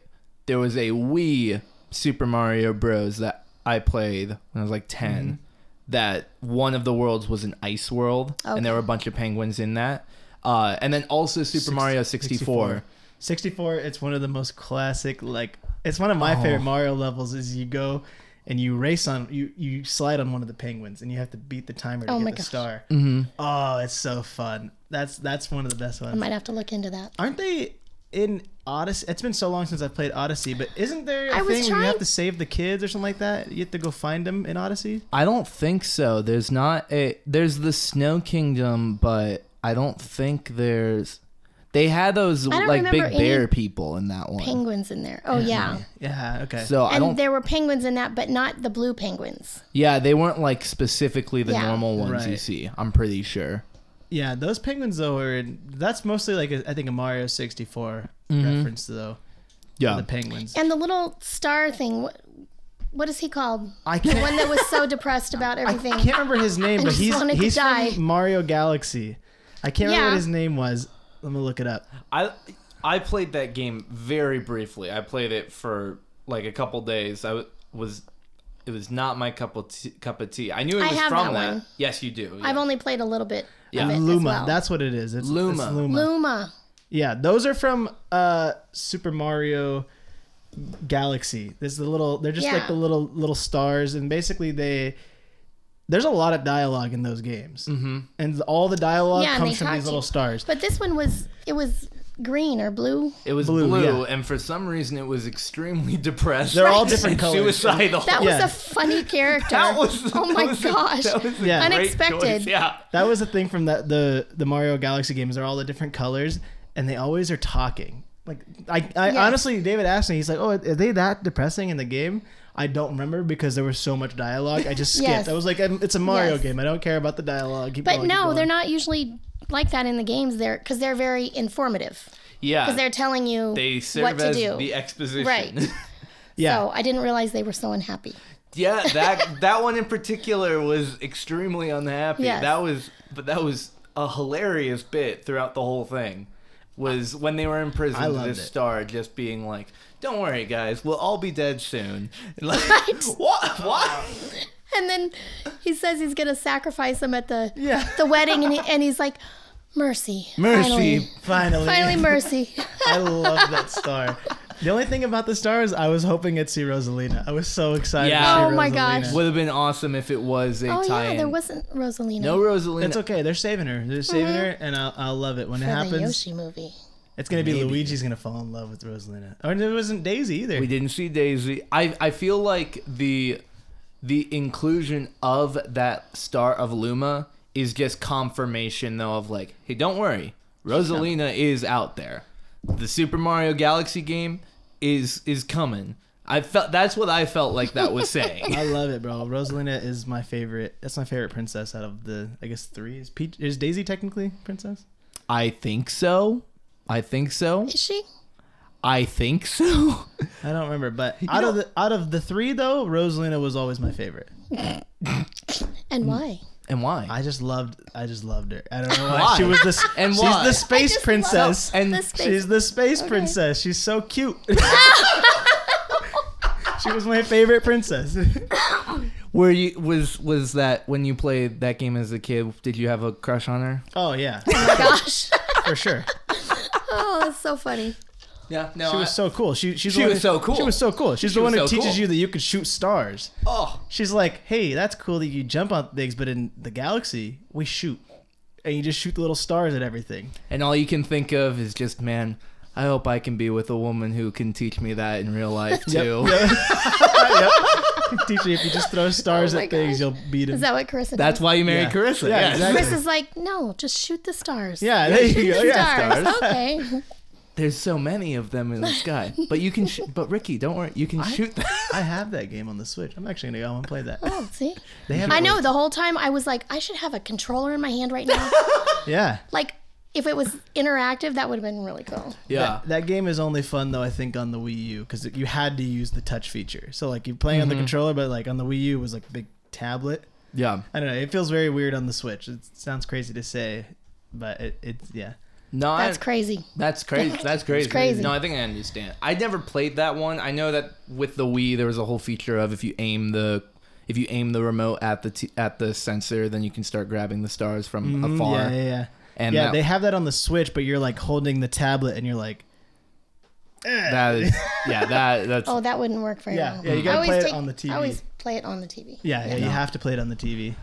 S1: there was a Wii Super Mario Bros that I played when I was like 10
S3: Mm-hmm.
S1: That one of the worlds was an ice world, and there were a bunch of penguins in that. Uh, and then also Super Mario 64.
S2: 64 it's one of the most classic like it's one of my favorite mario levels is you go and you race on you you slide on one of the penguins and you have to beat the timer to
S3: Oh
S2: get
S3: my
S2: the
S3: gosh.
S2: star mm-hmm. oh it's so fun that's that's one of the best
S3: I
S2: ones
S3: might have to look into that.
S2: aren't they in odyssey it's been so long since i've played odyssey but isn't there a
S3: I
S2: thing
S3: was
S2: where you have
S3: trying-
S2: to save the kids or something like that you have to go find them in odyssey
S1: I don't think so. There's not a there's the Snow Kingdom, but I don't think there's they had those
S3: don't
S1: like big
S3: remember any
S1: bear people in that one.
S3: Penguins in there. Oh yeah.
S2: yeah okay
S1: so I don't
S3: And there were penguins in that, but not the blue penguins.
S1: Yeah, they weren't like specifically the
S3: Yeah.
S1: normal ones you
S2: Right.
S1: see. I'm pretty sure.
S2: yeah those penguins though are in, that's mostly like a, i think a mario 64 reference though
S1: Yeah,
S2: the penguins
S3: And the little star thing. What, what is he called?
S2: i
S3: The
S2: can't
S3: one that was
S2: (laughs)
S3: so depressed about everything.
S2: I can't remember his name, but
S3: just
S2: he's
S3: wanted to
S2: he's
S3: die.
S2: from Mario Galaxy. I can't remember
S3: Yeah.
S2: what his name was. Let me look it up.
S1: I I played that game very briefly. I played it for like a couple days. I w- was it was not my cup of tea, cup of tea. I knew it
S3: I
S1: was
S3: have
S1: from
S3: that
S1: that.
S3: one.
S1: Yes, you do.
S3: I've
S1: yeah.
S3: only played a little bit.
S1: Yeah.
S3: Of it as
S2: Luma,
S3: well.
S2: that's what it is. It's it's Luma.
S1: Luma.
S3: Luma.
S2: Yeah, those are from uh, Super Mario Galaxy. There's the little. They're just
S3: Yeah.
S2: like the little little stars, and basically they. There's a lot of dialogue in those games, mm-hmm. and all the dialogue
S3: Yeah, and they
S2: comes from
S3: talk
S2: these
S3: to
S2: little
S3: you.
S2: stars.
S3: But this one was it was green or blue.
S1: it was blue,
S2: Blue,
S1: and for some reason it was extremely (laughs) depressed.
S2: They're all different
S1: and
S2: colors.
S1: Suicidal.
S3: That was
S2: Yeah. (laughs)
S3: a funny character.
S1: (laughs) That was-
S3: (laughs) oh my
S1: that was a-
S3: gosh.
S1: that was a
S2: Yeah.
S1: great
S3: Unexpected.
S1: choice. Yeah.
S2: That was the thing from that the the Mario Galaxy games. They're all the different colors, and they always are talking. Like I, I
S3: Yes.
S2: honestly, David asked me. He's like, "Oh, are they that depressing in the game?" I don't remember because there was so much dialogue. I
S3: (laughs)
S2: just skipped.
S3: Yes.
S2: I was like, "Um, "It's a Mario
S3: Yes.
S2: game. I don't care about the dialogue." Keep
S3: but
S2: going, keep
S3: no,
S2: going."
S3: they're not usually like that in the games. They're because they're very informative.
S1: Yeah.
S3: Because they're telling you
S1: they serve
S3: what to
S1: as
S3: do.
S1: the e- exposition. (laughs)
S3: Right.
S2: Yeah,
S3: So I didn't realize they were so unhappy.
S1: Yeah, that that one in particular was extremely unhappy.
S3: Yes.
S1: That was, but that was a hilarious bit throughout the whole thing. Was when they were in prison,
S2: I
S1: to
S2: loved
S1: this
S2: it.
S1: star just being like, "Don't worry, guys, we'll all be dead soon." (laughs) Like,
S3: Right.
S1: what? What?
S3: And then he says he's gonna sacrifice him at the
S2: Yeah.
S3: the wedding, and, he, and he's like, "Mercy,
S1: Mercy.
S3: finally,
S2: Finally.
S3: finally mercy."
S2: (laughs)
S3: (laughs)
S2: I love that star. The only thing about the star is I was hoping I'd see Rosalina. I was so excited.
S1: Yeah.
S2: To see
S3: Oh my
S2: Rosalina.
S3: gosh.
S1: Would have been awesome if it was a
S3: oh
S1: tie-in.
S3: yeah, there wasn't Rosalina
S1: no Rosalina.
S2: It's okay. They're saving her. They're saving her, and I'll, I'll love it when it
S3: Mm-hmm. for the
S2: happens.
S3: Yoshi movie.
S2: It's gonna be Luigi's gonna fall in love with Rosalina, or it wasn't Daisy either.
S1: We didn't see Daisy. I I feel like the the inclusion of that star of Luma is just confirmation though of like, hey, don't worry, Rosalina is out there. The Super Mario Galaxy game is is coming. I felt that's what I felt like that was saying.
S2: (laughs) I love it, bro. Rosalina is my favorite. That's my favorite princess out of the, I guess three. Is Peach? Is Daisy technically princess?
S1: I think so. I think so.
S3: Is she?
S1: I think so. (laughs)
S2: I don't remember, but out of the out of the three though, Rosalina was always my favorite.
S3: And
S2: Mm.
S3: why?
S1: And why?
S2: I just loved, I just loved her.
S1: (laughs)
S2: I don't know why,
S1: Why?
S2: she was this.
S1: And
S2: and (laughs) she's
S1: why?
S2: the space
S3: just
S2: princess.
S1: and
S3: the space.
S2: She's the space princess. She's so
S3: (laughs)
S2: cute. (laughs) she was my favorite princess. (laughs)
S1: were you was was that when you played that game as a kid? Did you have a crush on her?
S2: Oh yeah,
S3: oh (laughs) my gosh!
S2: for sure.
S3: oh, that's so funny.
S1: Yeah, no.
S2: She was so cool. She she's the
S1: She
S2: one
S1: was
S2: who-
S1: so cool.
S2: She was so cool. She's the one
S1: was
S2: who
S1: so
S2: teaches
S1: cool.
S2: you that you can shoot stars.
S1: oh,
S2: She's like, hey, that's cool that you jump on things, but in the galaxy, we shoot. And you just shoot the little stars at everything. (laughs)
S1: And all you can think of is just, man, I hope I can be with a woman who can teach me that in real life too.
S2: yep. Teacher, if you just throw stars
S3: (laughs) Oh my
S2: at things,
S3: gosh.
S2: you'll beat him.
S3: Is that what Carissa? did?
S1: That's why you married
S2: Yeah.
S1: Carissa.
S2: Yeah,
S1: yes.
S2: exactly.
S3: Chris is like, no, just shoot the stars. (laughs)
S2: yeah, there you go.
S3: Shoot the
S2: Yeah,
S3: stars.
S2: (laughs)
S3: Okay.
S1: There's so many of them in the sky. But you can,
S2: (laughs)
S1: sh- but Ricky, don't worry, you can shoot them.
S2: I have that game on the Switch. I'm actually gonna go home and play that.
S3: Oh, see.
S2: They have
S3: I
S2: it-
S3: know. The whole time I was like, I should have a controller in my hand
S2: (laughs)
S3: right now.
S2: Yeah.
S3: like, if it was interactive, that would have been really cool.
S1: Yeah.
S2: That game is only fun though I think on the Wii U because you had to use the touch feature. So like you're playing on the
S1: Mm-hmm.
S2: controller, but like on the Wii U it was like a big tablet.
S1: Yeah.
S2: I don't know. It feels very weird on the Switch. It sounds crazy to say, but it, it's yeah.
S1: No, I-
S3: That's crazy.
S1: That's crazy. That's crazy.
S3: crazy.
S1: No, I think I understand. I never played that one. I know that with the Wii, there was a whole feature of if you aim the if you aim the remote at the t- at the sensor, then you can start grabbing the stars from afar.
S2: Mm, Yeah, yeah, yeah.
S1: And
S2: yeah,
S1: that-
S2: they have that on the Switch, but you're like holding the tablet and you're like,
S1: That
S2: (laughs)
S1: is, yeah, that that's
S3: Oh, that wouldn't work very
S2: Yeah,
S3: well.
S2: yeah, you
S3: I
S2: gotta
S3: always
S2: play it on the TV.
S3: I always play it on the TV.
S2: yeah, yeah, you have to play it on the TV.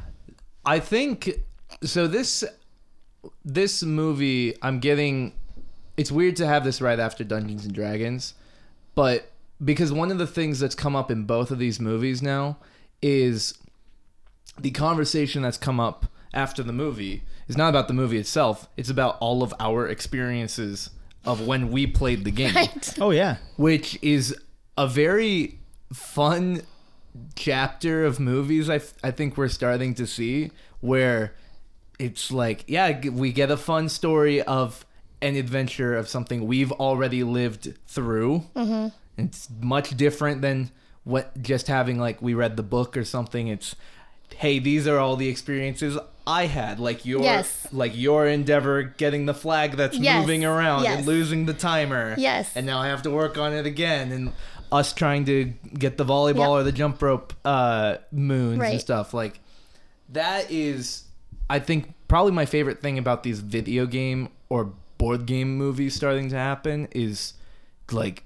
S1: I think so. This this movie, I'm getting. It's weird to have this right after Dungeons and Dragons, but because one of the things that's come up in both of these movies now is the conversation that's come up after the movie is not about the movie itself. It's about all of our experiences of when we played the game
S3: (laughs) (laughs) Right.
S2: Oh yeah,
S1: which is a very fun chapter of movies I, f- I think we're starting to see where it's like yeah g- we get a fun story of an adventure of something we've already lived through mm-hmm. it's much different than what just having like we read the book or something it's hey these are all the experiences i had like your
S3: Yes.
S1: like your endeavor getting the flag that's
S3: Yes.
S1: moving around and
S3: Yes.
S1: losing the timer
S3: Yes.
S1: and now I have to work on it again. And us trying to get the volleyball
S3: Yep.
S1: or the jump rope uh, moons and
S3: Right.
S1: stuff. Like, that is, I think, probably my favorite thing about these video game or board game movies starting to happen is like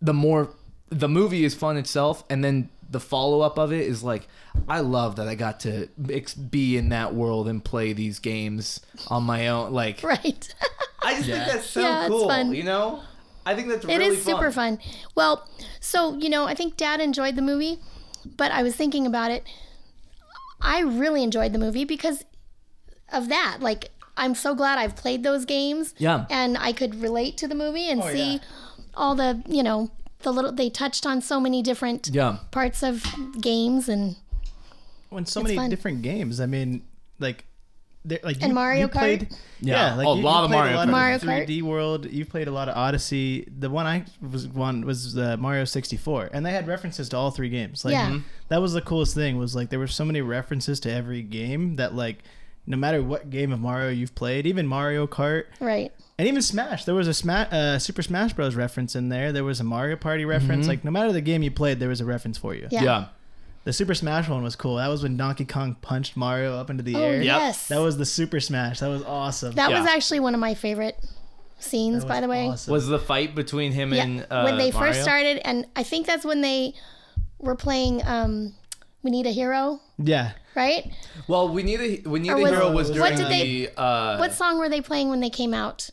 S1: the more the movie is fun itself and then the follow-up of it is like i love that i got to ex- be in that world and play these games on my own like
S3: Right. (laughs)
S1: I just think that's so
S3: Yeah, it's
S1: cool.
S3: fun.
S1: You know, I think that's
S3: It is
S1: really
S3: super fun. Well, so you know, I think Dad enjoyed the movie, but I was thinking about it. I really enjoyed the movie because of that. Like, I'm so glad I've played those games.
S1: Yeah.
S3: and I could relate to the movie and see
S2: yeah.
S3: all the you know the little they touched on so many different
S1: Yeah.
S3: parts of games and
S2: when so
S3: It's
S2: many
S3: fun.
S2: different games. I mean, like, there, like
S3: And Mario Kart?
S2: Played,
S1: Yeah, Oh,
S2: yeah, like
S1: a
S2: you,
S1: lot
S2: you
S1: of
S2: played
S1: Mario
S2: a lot
S1: Kart.
S3: Mario
S2: of 3D World. You played a lot of Odyssey. The one I was one was uh, Mario 64, and they had references to all three games. Like
S1: Mm-hmm.
S3: Yeah. Mhm.
S2: that was the coolest thing. Was like there were so many references to every game that like no matter what game of Mario you've played, even Mario Kart
S3: Right.
S2: and even Smash. There was a Smash, uh, Super Smash Bros. reference in there. There was a Mario Party reference.
S1: Mm-hmm.
S2: Like no matter the game you played, there was a reference for you.
S3: Yeah.
S4: yeah.
S2: The Super Smash one was cool. That was when Donkey Kong punched Mario up into the
S3: Oh
S2: air.
S3: yes.
S2: That was the Super Smash. That was awesome.
S3: That was
S4: yeah.
S3: actually one of my favorite
S2: That
S3: scenes,
S2: was
S3: by the way.
S2: awesome.
S1: Was the fight between him
S3: Yeah.
S1: and uh,
S3: when they
S1: Mario?
S3: first started, and I think that's when they were playing um, "We Need a Hero,"
S2: yeah.
S3: right?
S1: Well, we need a we need
S3: Or
S1: a
S3: Oh, was-
S1: hero was
S2: what
S1: during
S3: did they-
S1: the uh,
S3: What song were they playing when they came out?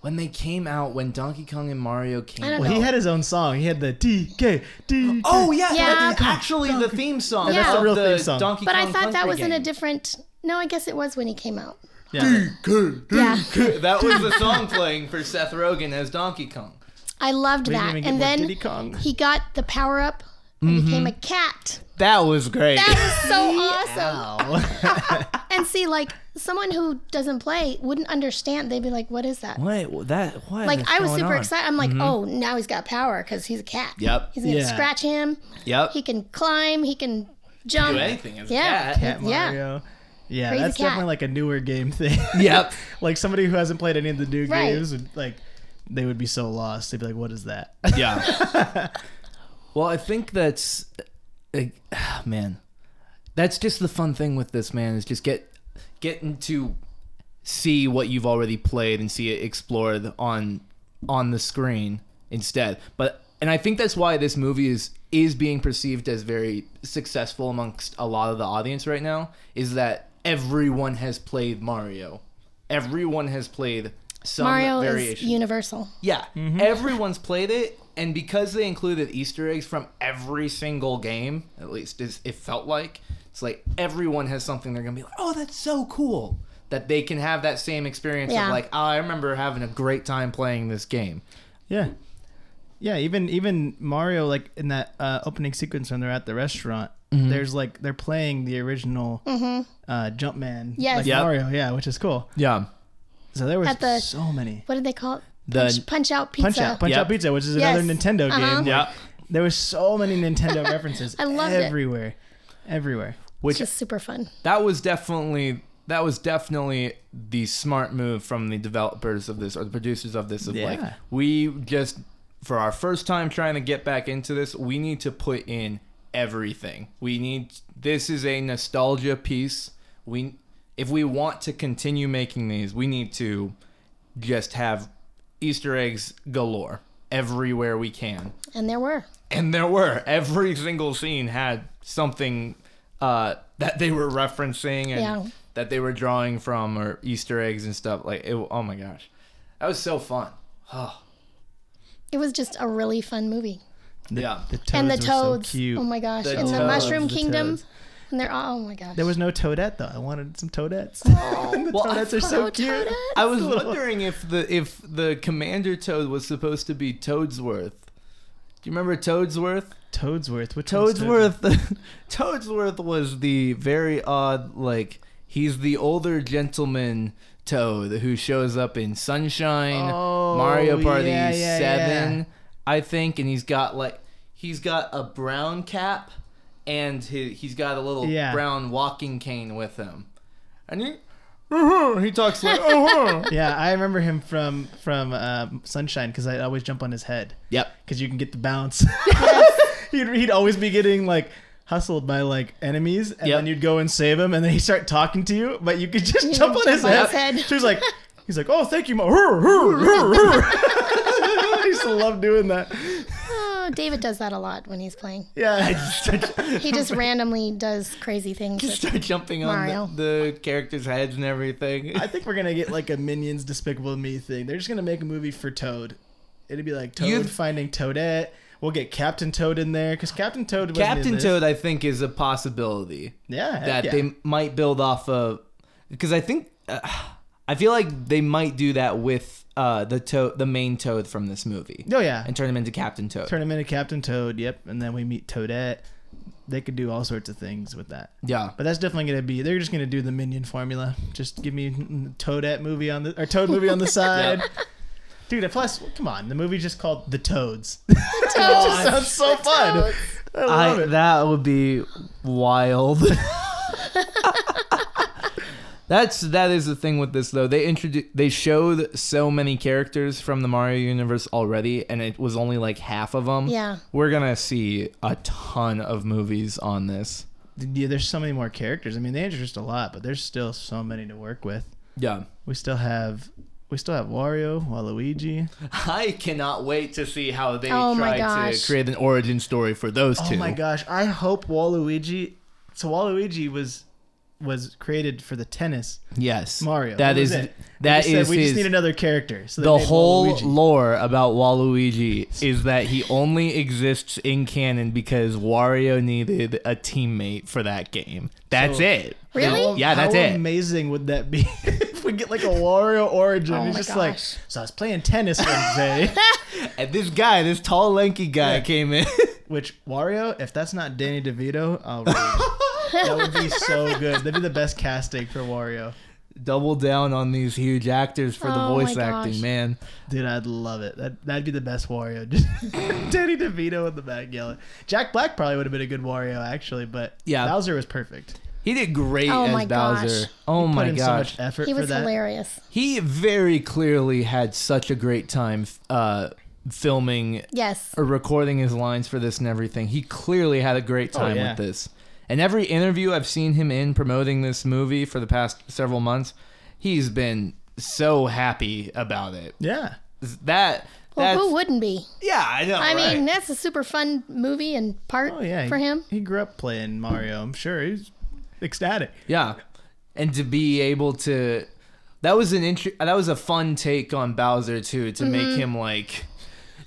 S1: when they came out when Donkey Kong and Mario came.
S3: I don't
S1: out.
S2: Well, he
S3: No.
S2: had his own song. He had the DK DK.
S1: Oh yeah,
S3: Yeah.
S1: that's actually the theme song.
S3: Yeah. That's the
S1: of
S2: real theme song.
S1: Donkey
S3: But I
S1: Kong
S3: thought that
S1: Country
S3: was in a
S1: game.
S3: different. No, I guess it was when he came out.
S2: yeah.
S3: Yeah,
S1: (laughs) that was the song playing for Seth Rogen as Donkey Kong.
S3: I loved
S2: didn't
S3: that.
S2: even get
S3: And
S2: more
S3: then
S2: Diddy Kong.
S3: he got the power up and
S1: Mm-hmm.
S3: became a cat.
S1: That was great. (laughs)
S3: That was so awesome.
S2: (laughs) Oh.
S3: And see, like someone who doesn't play wouldn't understand. They'd be like, "What is that?"
S1: Wait, what- that what?
S3: Like
S1: is
S3: I was
S1: going
S3: super
S1: on? Mm-hmm.
S3: excited. I'm like, "Oh, now he's got power because he's a cat.
S1: Yep.
S3: He's gonna
S2: Yeah.
S3: scratch him.
S1: Yep.
S3: He can climb. He can jump.
S1: do anything as a
S3: Yeah.
S1: cat.
S2: Cat
S3: Yeah.
S2: Mario. Yeah,
S3: Crazy
S2: that's
S3: cat.
S2: definitely like a newer game thing.
S1: Yep.
S2: (laughs) like somebody who hasn't played any of the new
S3: Right.
S2: games would like they would be so lost. They'd be like, "What is that?" (laughs)
S1: Yeah. well, I think that's, like, ah, man, that's just the fun thing with this man is just get getting to see what you've already played and see it explored on on the screen instead. But and I think that's why this movie is is being perceived as very successful amongst a lot of the audience right now is that everyone has played Mario. Everyone has played some
S3: Mario is
S1: variation.
S3: universal.
S1: Yeah, everyone's played it, and because they included Easter eggs from every single game, at least is, it felt like it's like everyone has something they're gonna be like, oh, that's so cool that they can have that same experience
S3: Yeah.
S1: of like, oh, I remember having a great time playing this game.
S2: Yeah. Yeah, even even Mario, like in that uh, opening sequence when they're at the restaurant,
S1: Mm-hmm.
S2: there's like they're playing the original uh, Jumpman,
S3: Mm-hmm. Yes.
S2: like
S1: Yep.
S2: Mario, yeah, which is cool.
S1: Yeah,
S2: So there was
S3: At the-
S2: so many
S3: What did they call it?
S1: The-
S3: punch, punch out pizza.
S2: Punch Out, Punch
S1: Yep.
S2: Out Pizza, which is
S3: Yes.
S2: another Nintendo
S3: Uh-huh.
S2: game.
S1: yeah,
S2: There was so many
S3: (laughs)
S2: Nintendo references.
S3: I loved it.
S2: everywhere, everywhere.
S1: which
S3: Just super fun.
S1: that was definitely that was definitely the smart move from the developers of this or the producers of this of like
S2: Yeah.
S1: we just for our first time trying to get back into this we need to put in everything we need this is a nostalgia piece we if we want to continue making these we need to just have easter eggs galore everywhere we can
S3: And there were.
S1: and there were every single scene had something uh, that they were referencing and
S3: Yeah.
S1: that they were drawing from or Easter eggs and stuff. Like, it, oh my gosh, that was so fun. Oh,
S3: It was just a really fun movie.
S1: yeah,
S2: The toads
S3: and the
S2: were
S3: toads.
S2: so cute.
S3: Oh my gosh.
S1: The
S3: In the
S1: toads,
S3: Mushroom
S2: the
S3: Kingdom.
S2: toads.
S3: And they're all, oh my gosh.
S2: There was no Toadette though. I wanted some Toadettes. (laughs) the
S1: well, I
S2: Toadettes are so
S3: Oh,
S2: cute.
S3: Toadette.
S1: I
S2: (laughs)
S1: was wondering if the if the Commander Toad was supposed to be Toadsworth. Do you remember Toadsworth?
S2: Toadsworth. Which one's
S1: Toadsworth (laughs) Toadsworth was the very odd like he's the older gentleman toad who shows up in Sunshine,
S2: Oh,
S1: Mario Party
S2: yeah, yeah,
S1: 7,
S2: yeah.
S1: I think and he's got like he's got a brown cap and he, he's got a little
S2: Yeah.
S1: brown walking cane with him. And he "Uh-huh," he talks (laughs) like, oh,
S2: yeah, I remember him from from um, Sunshine because I always jump on his head
S1: yep.
S2: because you can get the bounce. (laughs) he'd, he'd always be getting like hustled by like enemies, and
S1: Yep.
S2: then you'd go and save him, and then he'd start talking to you, but you could just
S3: You
S2: jump
S3: could
S2: on his
S3: jump on his
S2: head.
S3: head.
S2: She's like, he's like, oh, thank you, (laughs) ma. Hur, hur, hur, hur." I used to love doing that.
S3: Oh, David does that a lot when he's playing.
S2: Yeah,
S3: He
S2: (laughs)
S3: just randomly does crazy things. that-
S1: Start jumping
S3: Mario.
S1: on the, the characters' heads and everything.
S2: I think we're gonna get like a Minions Despicable Me thing. They're just gonna make a movie for Toad. It'd be like Toad
S1: You'd-
S2: finding Toadette. We'll get Captain Toad in there because Captain Toad. wasn't in
S1: Captain
S2: this.
S1: Toad, I think, is a possibility.
S2: Yeah, heck
S1: that
S2: Uh, yeah.
S1: they might build off of because I think uh, I feel like they might do that with uh, the toad, the main toad from this movie,
S2: Oh yeah,
S1: and turn him into Captain Toad.
S2: turn him into Captain Toad. Yep, and then we meet Toadette. They could do all sorts of things with that.
S1: yeah,
S2: But that's definitely gonna be. They're just gonna do the Minion formula. Just give me mm, Toadette movie on the or Toad
S1: (laughs)
S2: movie on the side. Dude, and plus, come on, the movie's just called The Toads. (laughs)
S1: Oh,
S3: Toads.
S2: That's so fun.
S3: Toads.
S2: I love it. (laughs)
S1: that would be wild. That's that is the thing with this though. They introduced they showed so many characters from the Mario universe already, and it was only like half of them.
S3: Yeah.
S1: we're gonna see a ton of movies on this.
S2: Yeah, there's so many more characters. I mean, they introduced a lot, but there's still so many to work with.
S1: Yeah,
S2: We still have we still have Wario, Waluigi.
S1: I cannot wait to see how they
S3: Oh
S1: try
S3: my
S1: to
S3: gosh.
S1: create an origin story for those two.
S2: Oh my gosh, I hope Waluigi. So Waluigi was was created for the tennis
S1: Yes,
S2: Mario.
S1: That
S2: That
S1: is
S2: was it. They
S1: that
S2: just said,
S1: is
S2: we just
S1: his-
S2: need another character. So they
S1: the
S2: made
S1: whole
S2: Waluigi.
S1: lore about Waluigi is that he only exists in canon because Wario needed a teammate for that game. That's
S2: So-
S1: it.
S3: Really?
S1: Yeah, that's
S2: How
S1: it.
S2: amazing would that be (laughs) if we get like a Wario origin?
S3: Oh
S2: It's
S3: my
S2: just like
S3: gosh.
S2: so I was playing tennis one day, (laughs)
S1: And this guy, this tall, lanky guy,
S2: Yeah.
S1: came in. (laughs)
S2: which Wario, if that's not Danny DeVito,
S1: (laughs)
S2: I'll rage. that would be
S3: (laughs)
S2: so good. That'd be the best casting for Wario.
S1: Double down on these huge actors for the
S3: Oh
S1: voice
S3: my
S1: acting,
S3: gosh.
S1: man.
S2: Dude, I'd love it. That that'd be the best Wario. (laughs) Just Danny DeVito in the back yelling. Jack Black probably would have been a good Wario actually, but
S1: Yeah.
S2: Bowser was perfect.
S1: He did great
S3: Oh
S1: as
S3: my gosh.
S1: Bowser. Oh
S2: Put
S1: my
S2: in
S1: gosh.
S2: so much effort
S3: He
S2: for
S3: was
S2: that.
S3: hilarious.
S1: he very clearly had such a great time uh, filming
S3: Yes.
S1: or recording his lines for this and everything. He clearly had a great time
S2: yeah.
S1: with this. And every interview I've seen him in promoting this movie for the past several months, he's been so happy about it.
S2: Yeah.
S1: That
S3: Well,
S1: that's
S3: who wouldn't be?
S1: yeah, I know.
S3: I
S1: right?
S3: mean, that's a super fun movie and part
S2: Oh yeah.
S3: for
S2: he,
S3: him.
S2: He grew up playing Mario, I'm sure. He's
S1: (gasps)
S2: ecstatic.
S1: Yeah, and to be able to that was an int- that was a fun take on Bowser too to
S3: Mm-hmm.
S1: make him like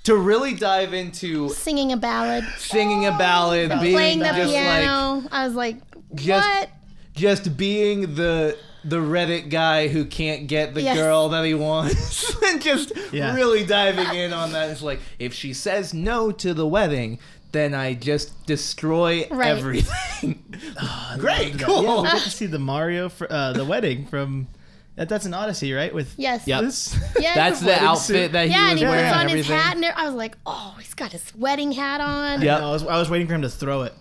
S1: to really dive into
S3: Singing a ballad,
S1: singing a ballad, being
S3: playing the
S1: just like
S3: piano. I was like,
S1: just-
S3: what?
S1: just being the the Reddit guy who can't get the
S3: Yes.
S1: girl that he wants, (laughs) and just
S2: Yeah.
S1: really diving in on that. It's like if she says no to the wedding, then I just destroy
S3: Right.
S1: everything. (laughs) Great,
S2: Yeah,
S1: cool.
S2: we get to see the Mario fr- uh, the wedding from that, that's an Odyssey, right? With
S3: Yes.
S1: Yep.
S3: (laughs)
S2: this
S3: Yes.
S1: That's the
S2: Wedding
S1: outfit
S2: suit.
S1: that he
S3: yeah, and
S1: was
S3: he
S1: wearing.
S3: puts on
S1: and
S3: his
S1: everything.
S3: hat, and I was like, oh, he's got his wedding hat on.
S1: Yep.
S2: I was I was waiting for him to throw it.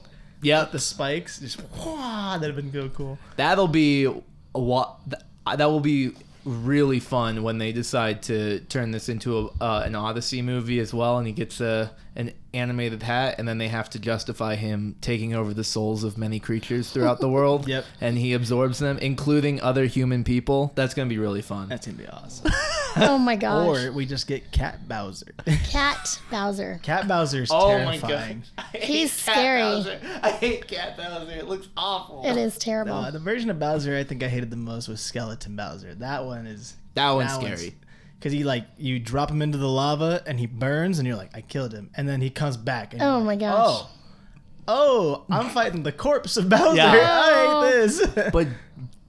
S1: Yep,
S2: The spikes just wow, that'd have been so cool.
S1: that'll be a wa- th- that will be really fun when they decide to turn this into a, uh, an Odyssey movie as well, and he gets a an animated hat, and then they have to justify him taking over the souls of many creatures throughout the world.
S2: Yep.
S1: and he absorbs them, including other human people. That's gonna be really fun.
S2: That's gonna be awesome.
S3: Oh my gosh.
S2: or we just get Cat Bowser. (laughs)
S3: Cat Bowser.
S2: Cat (laughs) Bowser's terrifying.
S1: god,
S3: He's Cat scary. Bowser.
S1: I hate Cat Bowser. It looks awful.
S3: It is terrible.
S2: Uh, the version of Bowser I think I hated the most was Skeleton Bowser. That one is
S1: That one's scary.
S2: Because he like you drop him into the lava and he burns and you're like I killed him and then he comes back and
S3: oh
S2: you're
S3: my
S2: like,
S3: gosh.
S2: oh oh I'm fighting the corpse of Bowser
S1: Yeah.
S2: (laughs) I hate this
S1: (laughs) But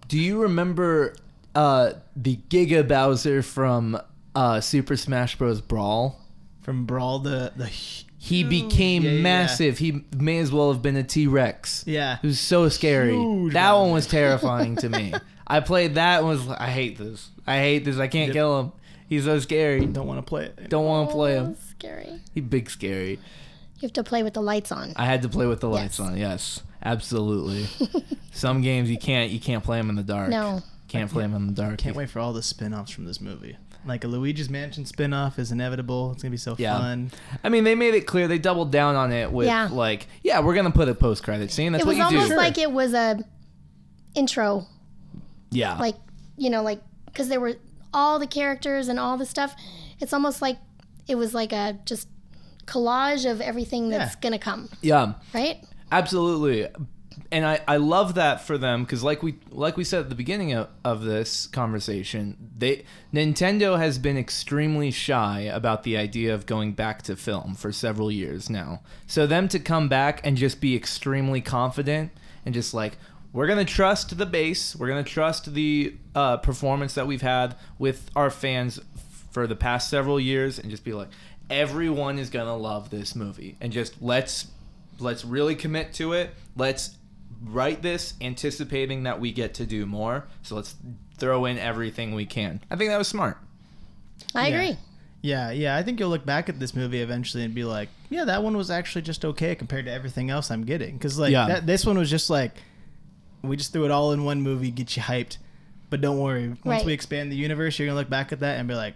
S1: do you remember uh, the Giga Bowser from uh, Super Smash Bros. Brawl?
S2: from Brawl the the hu-
S1: He became
S2: yeah, yeah.
S1: massive. He may as well have been a T Rex.
S2: yeah
S1: It was so scary.
S2: Huge
S1: that
S2: one.
S1: one was terrifying to
S2: (laughs)
S1: me. I played that and was like, I hate this. I hate this. I can't kill him. He's so scary.
S2: don't want to play it
S1: Don't want to play
S3: Oh,
S1: him.
S3: Scary.
S1: He big scary.
S3: You have to play with the lights on.
S1: I had to play with the lights
S3: Yes.
S1: on. Yes,
S3: (laughs)
S1: absolutely. Some games you can't you can't play them in the dark.
S3: No.
S1: Can't play them in the dark.
S2: can't wait for all the spin-offs from this movie like a Luigi's Mansion spin-off is inevitable it's gonna be so
S1: Yeah.
S2: fun
S1: I mean, they made it clear. They doubled down on it with
S3: Yeah.
S1: like, yeah, we're gonna put a post credit scene. That's
S3: It
S1: what
S3: was
S1: you
S3: almost
S1: do.
S3: like it was a intro,
S1: yeah,
S3: like you know, like because there were all the characters and all the stuff. It's almost like it was like a just collage of everything that's
S2: Yeah.
S3: gonna come,
S1: yeah,
S3: right?
S1: absolutely. And I, I love that for them because like we like we said at the beginning of, of this conversation, they Nintendo has been extremely shy about the idea of going back to film for several years now. So them to come back and just be extremely confident and just like we're gonna trust the base. We're gonna trust the uh, performance that we've had with our fans for the past several years, and just be like, everyone is gonna love this movie, and just let's let's really commit to it. Let's write this anticipating that we get to do more. So let's throw in everything we can. I think that was smart.
S3: I
S2: Yeah.
S3: agree.
S2: Yeah, yeah. I think you'll look back at this movie eventually and be like, yeah, that one was actually just okay compared to everything else I'm getting. Because like
S1: Yeah.
S2: that, this one was just like, we just threw it all in one movie, get you hyped. But don't worry, once
S3: Right.
S2: we expand the universe, you're gonna look back at that and be like,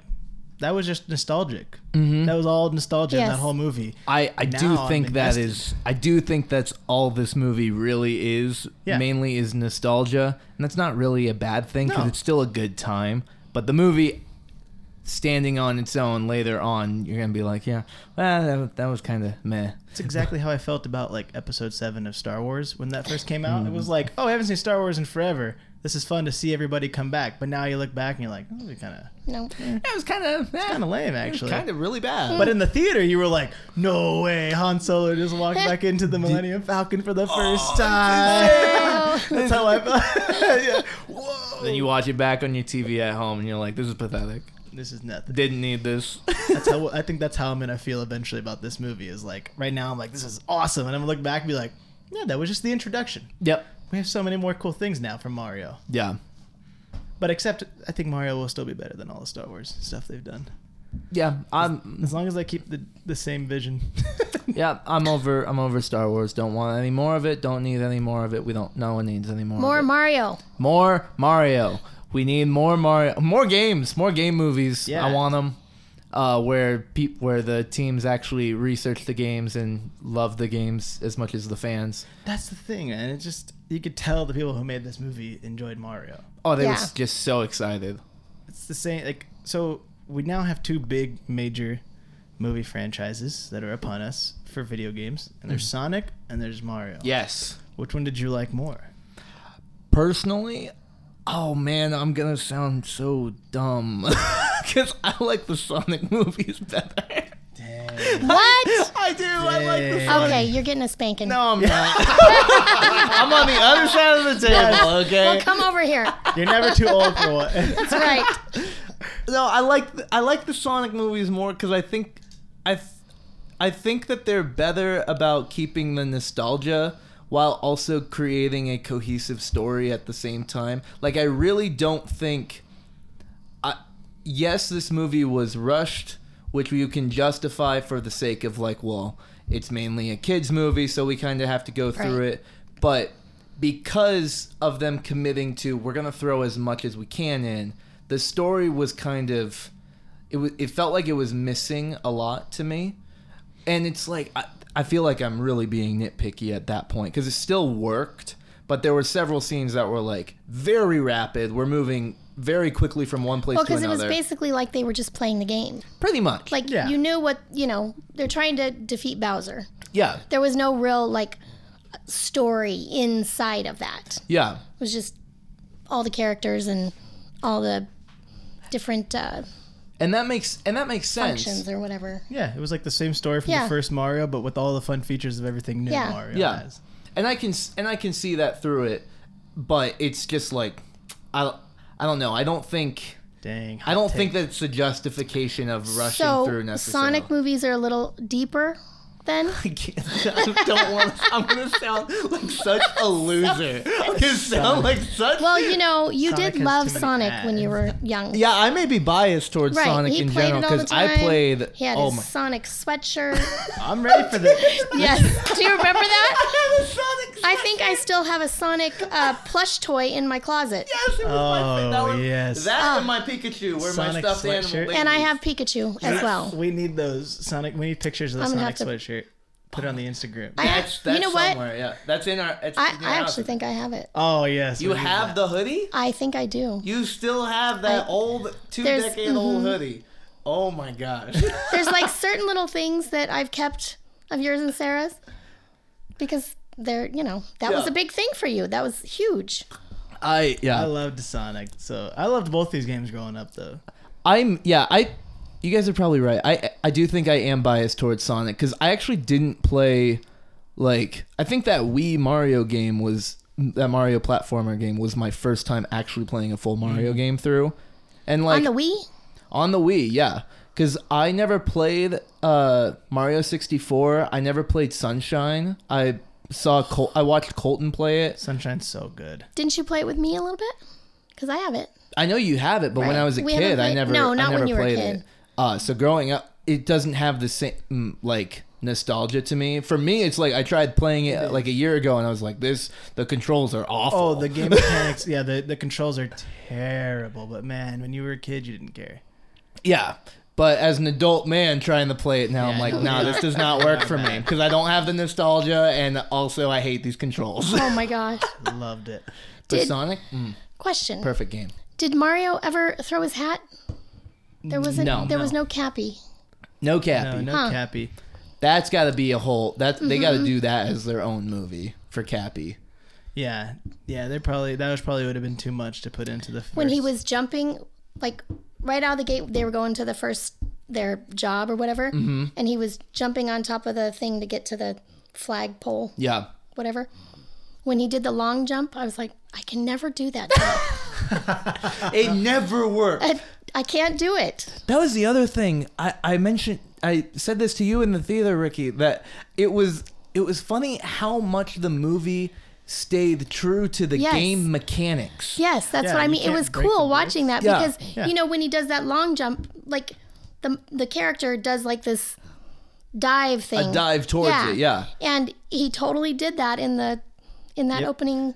S2: that was just nostalgic.
S1: Mm-hmm.
S2: That was all nostalgia in
S3: Yes.
S2: that whole movie.
S1: I, I do
S2: Now I'm
S1: think that
S2: invested.
S1: is I do think that's all this movie really is.
S2: Yeah.
S1: Mainly is nostalgia, and that's not really a bad thing because
S2: No.
S1: it's still a good time. But the movie, standing on its own later on, you're gonna be like, yeah, well, that, wa- that was kind of meh.
S2: It's exactly how I felt about like episode seven of Star Wars when that first came out. It was like, oh, I haven't seen Star Wars in forever. This is fun to see everybody come back. But now you look back and you're like, oh, kind of
S3: No.
S1: It was kind of
S2: kind of lame actually.
S1: kind of really bad.
S2: But in the theater, you were like, no way, Han Solo just walked back into the Millennium Falcon for the first time.
S3: Oh,
S2: That's how I felt. (laughs) yeah. Whoa.
S1: then you watch it back on your TV at home, and you're like, this is pathetic.
S2: This is nothing.
S1: Didn't need this.
S2: (laughs) That's how I think that's how I'm gonna feel eventually about this movie. Is like right now I'm like this is awesome, and I'm gonna look back and be like, yeah, that was just the introduction.
S1: yep.
S2: We have so many more cool things now from Mario.
S1: Yeah.
S2: But except I think Mario will still be better than all the Star Wars stuff they've done,
S1: Yeah. I'm.
S2: as long as I keep the the same vision. (laughs)
S1: Yeah. I'm over. I'm over Star Wars. Don't want any more of it. Don't need any more of it. We don't. No one needs any more.
S3: more
S1: Of it.
S3: Mario.
S1: More Mario. We need more Mario. More games. More game movies.
S2: Yeah.
S1: I want them. Uh, where peop where the teams actually research the games and love the games as much as the fans.
S2: That's the thing, and it just you could tell the people who made this movie enjoyed Mario.
S1: Oh, they were
S3: Yeah.
S1: s- just so excited.
S2: It's the same. Like so, we now have two big major movie franchises that are upon us for video games, and there's Sonic and there's Mario.
S1: Yes.
S2: Which one did you like more?
S1: personally oh man i'm gonna sound so dumb (laughs) because i like the sonic (laughs) movies better (laughs)
S3: What?
S1: i do i like the sonic
S2: Dang.
S1: um,
S3: Okay, you're getting a spanking.
S1: no i'm not i'm on the other side of the table okay
S3: Well, come over here.
S2: (laughs) You're never too old for one. (laughs)
S3: That's right.
S1: no i like th- i like the sonic movies more because i think i th- i think that they're better about keeping the nostalgia while also creating a cohesive story at the same time like i really don't think I, yes this movie was rushed which you can justify for the sake of like well it's mainly a kids movie so we kind of have to go through
S3: Right.
S1: it but because of them committing to we're going to throw as much as we can in the story was kind of it was it felt like it was missing a lot to me and it's like I, I feel like I'm really being nitpicky at that point because it still worked, but there were several scenes that were like very rapid. We're moving very quickly from one place
S3: Well,
S1: to
S3: because it was
S1: another.
S3: basically like they were just playing the game.
S1: Pretty much,
S3: Like
S2: Yeah.
S3: you knew what you know. They're trying to defeat Bowser.
S1: yeah,
S3: There was no real like story inside of that.
S1: yeah,
S3: It was just all the characters and all the different uh,
S1: and that makes and that makes sense.
S3: functions or whatever.
S2: Yeah, it was like the same story from
S3: Yeah.
S2: the first Mario, but with all the fun features of everything new
S3: Yeah.
S2: Mario
S1: Yeah.
S2: has.
S1: and I can s- and I can see that through it, but it's just like I I don't know. I don't think
S2: Dang.
S1: I don't think that's a justification of rushing through
S3: So
S1: necessarily.
S3: Sonic movies are a little deeper. Then
S1: I can't. I don't want. to I'm gonna sound like such a
S3: (laughs)
S1: loser. I'm gonna sound like such.
S3: well, you know, you
S2: Sonic
S3: did
S2: has
S3: love
S2: too many
S3: Sonic when you were young.
S1: yeah, I may be biased towards
S3: Right,
S1: Sonic
S3: he
S1: in
S3: played
S1: general
S3: it all the
S1: because I
S3: time.
S1: played.
S3: He had
S1: oh
S3: his
S1: my! (laughs)
S3: Sonic sweatshirt.
S2: I'm ready for this.
S3: (laughs) yes. Do you remember that?
S1: I have a Sonic.
S3: I think I still have a Sonic uh, plush toy in my closet,
S1: Yes, it was my
S2: Oh,
S1: that was-
S2: yes.
S1: That and my Pikachu were my
S2: Sonic
S1: stuffed animal.
S2: sweatshirt.
S1: Ladies.
S3: Oh. and I have Pikachu as well.
S2: We need those Sonic. We need pictures of the
S3: I'm gonna
S2: Sonic
S3: have
S2: sweatshirt. Put it on the Instagram.
S3: I-
S1: That's, that's
S3: You know what?
S1: somewhere. Yeah, that's in our. It's
S3: I,
S1: in our
S3: I
S1: house.
S3: actually think I have it.
S2: oh yes.
S1: you
S2: we need
S1: have
S2: that.
S1: the hoodie.
S3: I think I do.
S1: You still have that
S3: I-
S1: old two
S3: There's- mm-hmm.
S1: decade old hoodie. Oh my gosh. (laughs)
S3: There's like certain little things that I've kept of yours and Sarah's because they're, you know, that was
S1: Yeah.
S3: a big thing for you. That was huge.
S1: I yeah.
S2: I loved Sonic. So I loved both these games growing up though.
S1: I'm yeah, I you guys are probably right. I I do think I am biased towards Sonic cuz I actually didn't play like I think that Wii Mario game was that Mario platformer game was my first time actually playing a full Mario game through. And like
S3: Mm-hmm. On the Wii?
S1: on the Wii, yeah. Because I never played uh, Mario 64. I never played Sunshine. I saw Col- I watched Colton play it.
S2: Sunshine's so good.
S3: Didn't you play it with me a little bit? Because I have it.
S1: I know you have it, but when
S3: Right.
S1: I was a
S3: We haven't
S1: kid, I
S3: played-
S1: never,
S3: no,
S1: I
S3: not
S1: never
S3: when you were a
S1: played
S3: kid.
S1: it. Uh, so growing up, it doesn't have the same mm, like nostalgia to me. For me, it's like I tried playing it like a year ago, and I was like, "This, the controls are awful."
S2: Oh, the game mechanics. Yeah, the, the controls are terrible. But man, when you were a kid, you didn't care.
S1: Yeah. But as an adult man trying to play it now, I'm
S2: Yeah,
S1: like,
S2: no,
S1: nah, this does not work for me because I don't have the nostalgia, and also I hate these controls.
S3: Oh my gosh.
S2: Loved it.
S1: (laughs) but
S3: Did-
S1: Sonic, mm,
S3: Question.
S1: perfect game.
S3: Did Mario ever throw his hat? There wasn't
S1: No.
S3: there was no Cappy.
S1: No Cappy.
S2: Uh, No, no
S3: Huh.
S2: Cappy.
S1: That's got to be a whole. That they got to do that as their own movie for Cappy.
S2: Yeah, yeah. They probably that was probably would have been too much to put into the first.
S3: When he was jumping, like right out of the gate they were going to the first their job or whatever. And he was jumping on top of the thing to get to the flagpole,
S1: Yeah.
S3: whatever. When he did the long jump, I was like, I can never do that.
S1: It never worked.
S3: (laughs) I, I can't do it.
S1: That was the other thing I, I mentioned. I said this to you in the theater, Ricky, that it was it was funny how much the movie stayed true to the
S3: Yes.
S1: game mechanics.
S3: Yes, that's
S2: Yeah,
S3: what I
S2: you
S3: mean. It
S2: can't
S3: was
S2: break the
S3: cool
S2: rules.
S3: watching that
S1: Yeah.
S3: because
S2: Yeah.
S3: you know when he does that long jump, like the the character does like this dive thing.
S1: dive towards it, yeah.
S3: And he totally did that in the in that opening.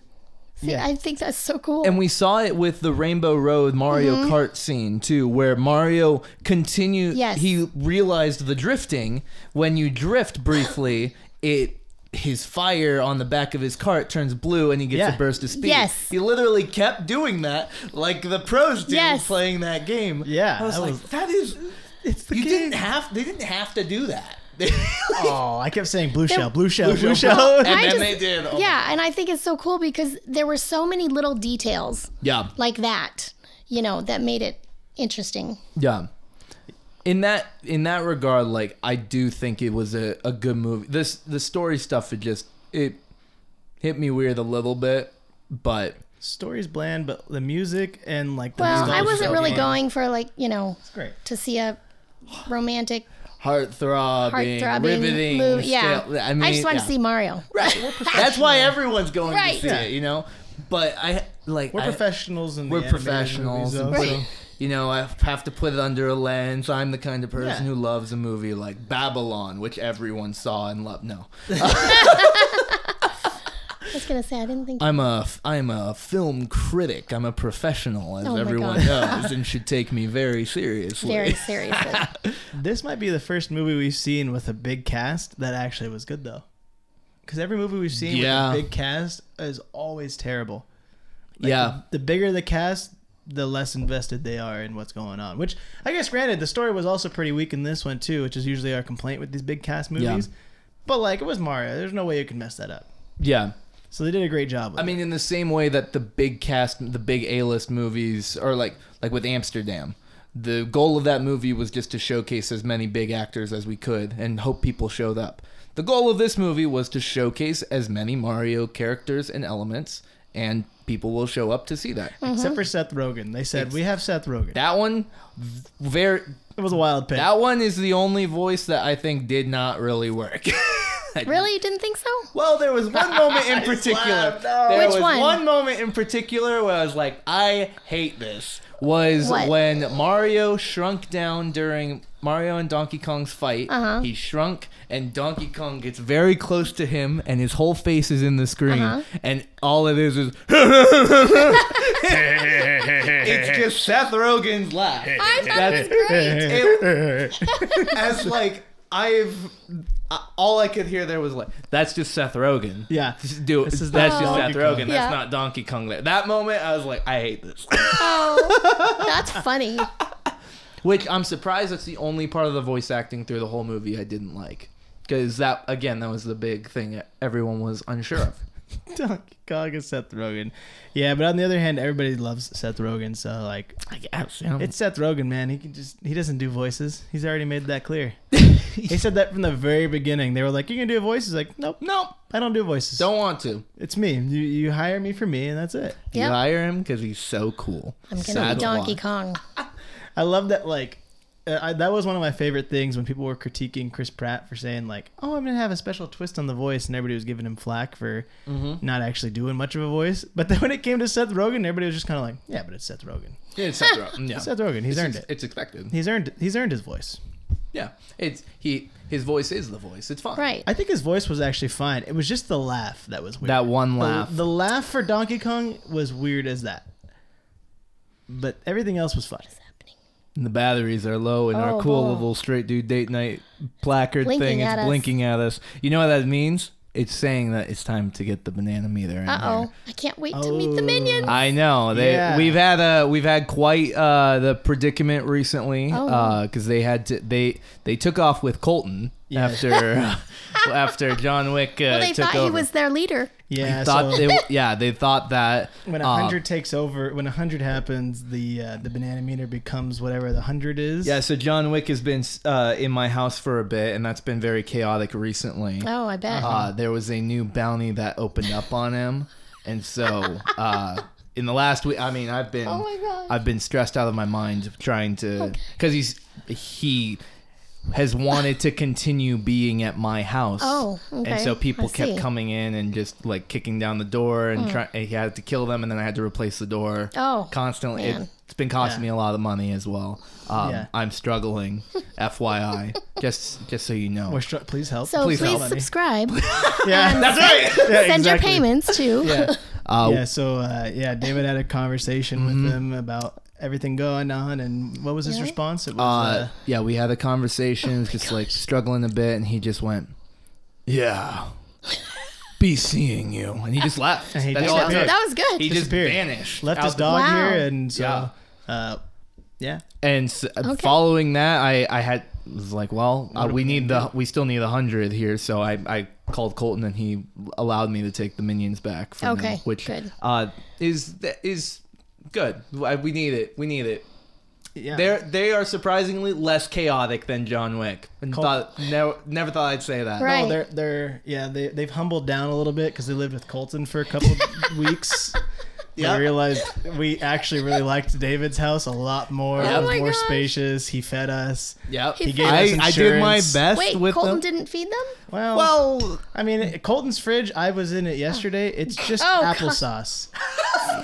S3: Scene.
S2: Yeah.
S3: I think that's so cool.
S1: And we saw it with the Rainbow Road Mario
S3: Mm-hmm.
S1: Kart scene too, where Mario continued.
S3: Yes.
S1: He realized the drifting. When you drift
S3: (laughs)
S1: briefly, it his fire on the back of his cart turns blue, and he gets
S2: Yeah.
S1: a burst of speed.
S3: Yes.
S1: He literally kept doing that, like the pros did
S3: Yes.
S1: playing that game.
S2: Yeah,
S1: I was
S2: that
S1: like,
S2: was-
S1: that is.
S2: it's the
S1: You
S2: game.
S1: didn't have. They didn't have to do that. (laughs)
S3: (laughs)
S2: Oh, I kept saying blue shell, blue shell, blue,
S1: Blue
S2: shell. (laughs)
S1: shell. and
S3: I (laughs)
S1: then
S3: just-
S1: they did. Oh,
S3: yeah, and I think it's so cool because there were so many little details
S1: Yeah.
S3: like that, you know, that made it interesting.
S1: Yeah. In that in that regard, like I do think it was a, a good movie. This the story stuff it just it hit me weird a little bit, but
S2: Story's bland, but the music and like the
S3: Well, I
S2: nostalgia
S3: wasn't really
S2: game.
S3: going for like you know
S2: It's great.
S3: to see a romantic
S1: heart throbbing,
S3: heart-throbbing
S1: riveting.
S3: movie. Yeah,
S1: still- I mean,
S3: just want
S1: yeah.
S3: to see Mario.
S1: (laughs) Right. That's why everyone's going
S3: Right.
S1: to see
S2: Yeah.
S1: it, you know. But I like
S2: We're
S1: I-
S2: professionals and
S1: we're professionals, and
S2: Movies,
S1: put-
S2: though, so-
S1: you know. I have to put it under a lens. I'm the kind of person who
S2: Yeah.
S1: loves a movie like Babylon, which everyone saw and loved. No.
S3: I was gonna say I
S1: (laughs)
S3: didn't think.
S1: I'm a I'm a film critic. I'm a professional, as
S3: Oh my
S1: everyone knows, and
S3: (laughs)
S1: should take me very seriously. (laughs)
S3: very seriously.
S2: This might be the first movie we've seen with a big cast that actually was good though. Because every movie we've seen
S1: Yeah.
S2: with a big cast is always terrible.
S1: yeah,
S2: The bigger the cast, the less invested they are in what's going on. Which I guess granted, the story was also pretty weak in this one too, which is usually our complaint with these big cast
S1: Yeah.
S2: movies. But like it was Mario. There's no way you can mess that up.
S1: yeah.
S2: So they did a great job. With
S1: I mean, in the same way that the big cast, the big A-list movies, or like like with Amsterdam, the goal of that movie was just to showcase as many big actors as we could and hope people showed up. The goal of this movie was to showcase as many Mario characters and elements, and people will show up to see that.
S2: it. except for Seth Rogen. They said we have Seth Rogen.
S1: That one, v- very
S2: it was a wild (laughs) pick.
S1: That one is the only voice that I think did not really work. (laughs)
S3: really, you didn't think so?
S1: Well, there was one moment
S3: (laughs)
S1: in particular.
S2: laughed, no.
S1: There
S3: Which
S1: was
S3: one?
S1: moment in particular where I was like, I hate this. Was
S3: What?
S1: when Mario shrunk down during Mario and Donkey Kong's fight.
S3: Uh-huh.
S1: He shrunk, and Donkey Kong gets very close to him, and his whole face is in the screen,
S3: Uh-huh.
S1: and all it
S3: (laughs)
S1: is (laughs) is. it's just Seth Rogen's laugh.
S3: I thought it was great.
S1: It- as
S2: (laughs)
S1: like I've uh, all I could hear there was like that's just Seth Rogen.
S2: Yeah.
S1: Just do
S2: This is
S1: that's
S2: not
S1: just
S2: Donkey
S1: Seth Rogen.
S2: Kong.
S3: Yeah.
S1: That's not Donkey Kong. There. That moment I was like I hate this. (laughs)
S3: Oh, that's funny.
S1: Which I'm surprised that's the only part of the voice acting through the whole movie I didn't like. Because that again, that was the big thing that everyone was unsure of.
S2: Donkey Kong and Seth Rogen. Yeah, but on the other hand, everybody loves Seth Rogen, so like
S1: I guess you know.
S2: it's Seth Rogen, man. He can just he doesn't do voices. He's already made
S1: (laughs)
S2: that clear. he said that from the very beginning. They were like, "You can do a voice." He's like, "Nope,
S1: nope,
S2: I don't do voices.
S1: don't want to.
S2: It's me. You you hire me for me, and that's it."
S1: You
S3: Yeah,
S1: hire him because he's so cool.
S3: I'm gonna
S1: That's
S3: be Donkey
S1: why.
S3: Kong.
S2: I love that. Like, uh, I, that was one of my favorite things when people were critiquing Chris Pratt for saying like, "Oh, I'm gonna have a special twist on the voice," and everybody was giving him flack for
S1: Mm-hmm.
S2: not actually doing much of a voice. But then (laughs) when it came to Seth Rogen, everybody was just kind of like, "Yeah, but it's Seth Rogen.
S1: Yeah, it's Seth
S3: (laughs)
S1: Rogen. Yeah.
S2: Seth Rogen. He's earned
S1: It's-
S2: it.
S1: It's expected.
S2: He's earned. He's earned his voice."
S1: Yeah, it's he. his voice is the voice. It's fine.
S3: Right.
S2: I think his voice was actually fine. It was just the laugh that was weird.
S1: That one
S2: The-
S1: laugh.
S2: The, laugh for Donkey Kong was weird as that. But everything else was fun.
S3: What's happening?
S1: The batteries are low, and
S3: Oh,
S1: our cool
S3: wow.
S1: little straight dude date night placard
S3: Blinking
S1: thing is
S3: at us.
S1: blinking at us. You know what that means? It's saying that it's time to get the banana meter. in
S3: Uh
S1: here.
S3: oh. I can't wait to meet the
S2: Oh.
S3: minions.
S1: I know they.
S2: Yeah.
S1: We've had a we've had quite uh, the predicament recently
S3: Oh.
S1: because they had to they they took off with Colton
S2: Yeah. (laughs)
S1: after after John Wick uh,
S3: well, they
S1: took
S3: thought
S1: over.
S3: he was their leader.
S2: Yeah.
S1: thought
S2: so
S1: they, yeah they thought that
S2: when a
S1: uh,
S2: hundred takes over, when a hundred happens, the uh, the banana meter becomes whatever the hundred is.
S1: Yeah, so John Wick has been uh, in my house for a bit, and that's been very chaotic recently.
S3: Oh, I bet.
S1: Uh, there was a new bounty that opened up on him, and so uh, in the last week, I mean, I've been,
S3: Oh my gosh.
S1: I've been stressed out of my mind trying to, because he's he has wanted to continue being at my house.
S3: Oh,
S1: And
S3: okay.
S1: so people
S3: I
S1: kept
S3: see. Hmm.
S1: coming in and just like kicking down the door and try and He had to kill them, and then I had to replace the door.
S3: Oh,
S1: constantly. It,
S3: man.
S1: it's been costing
S2: Yeah.
S1: me a lot of money as well. Um,
S2: Yeah.
S1: I'm
S3: (laughs)
S1: struggling, FYI. Just just so you know.
S2: Or stru- please help.
S3: So
S1: Please
S3: please,
S1: help. (laughs)
S3: subscribe.
S2: yeah.
S1: That's right.
S2: (laughs) Yeah,
S3: Send your
S2: exactly.
S3: payments too.
S2: Yeah.
S1: Uh, Mm-hmm.
S2: yeah. So uh, yeah, David had a conversation with him about everything going on, and what was his
S3: Yeah.
S2: response? It was.
S1: Uh,
S2: Uh,
S1: yeah, we had a conversation.
S2: Oh
S1: It was just like struggling a bit, and he just went, "Yeah, be seeing you," and he just left.
S2: (laughs) And he
S1: That's
S2: just
S1: all it
S3: That,
S2: disappeared.
S3: was,
S1: took.
S3: (laughs) that was good.
S1: He just
S2: Disappeared.
S1: vanished.
S2: left
S1: out
S2: his
S1: the-
S2: dog
S3: Wow.
S2: here, and so. Uh, yeah.
S1: And s uh, following that, I I had was like, well, uh, we need the we still need a hundred here, so I I called Colton and he allowed me to take the minions back. For now,
S3: Okay,
S1: which
S3: good.
S1: Uh, is th- is good. I- We need it. We need it.
S2: Yeah.
S1: They're they are surprisingly less chaotic than John Wick. And
S2: Col-
S1: thought never never thought I'd say that.
S3: Right.
S2: No, Oh, they're they're yeah they they've humbled down a little bit because they lived with Colton for a
S3: (laughs)
S2: couple of weeks. Yeah,
S1: Yeah.
S2: I realized we actually really liked David's house a lot more.
S1: Yeah.
S2: It
S1: Oh
S2: was
S3: my
S2: more
S3: gosh.
S2: spacious. He fed us.
S1: Yep.
S3: He
S2: gave
S1: I,
S2: us
S1: I did my
S2: insurance.
S1: best
S3: Wait,
S1: with
S3: Colton
S1: them.
S3: didn't feed them?
S2: Well,
S1: well,
S2: I mean, Colton's fridge. I was in it yesterday. It's just
S3: Oh, God.
S2: applesauce,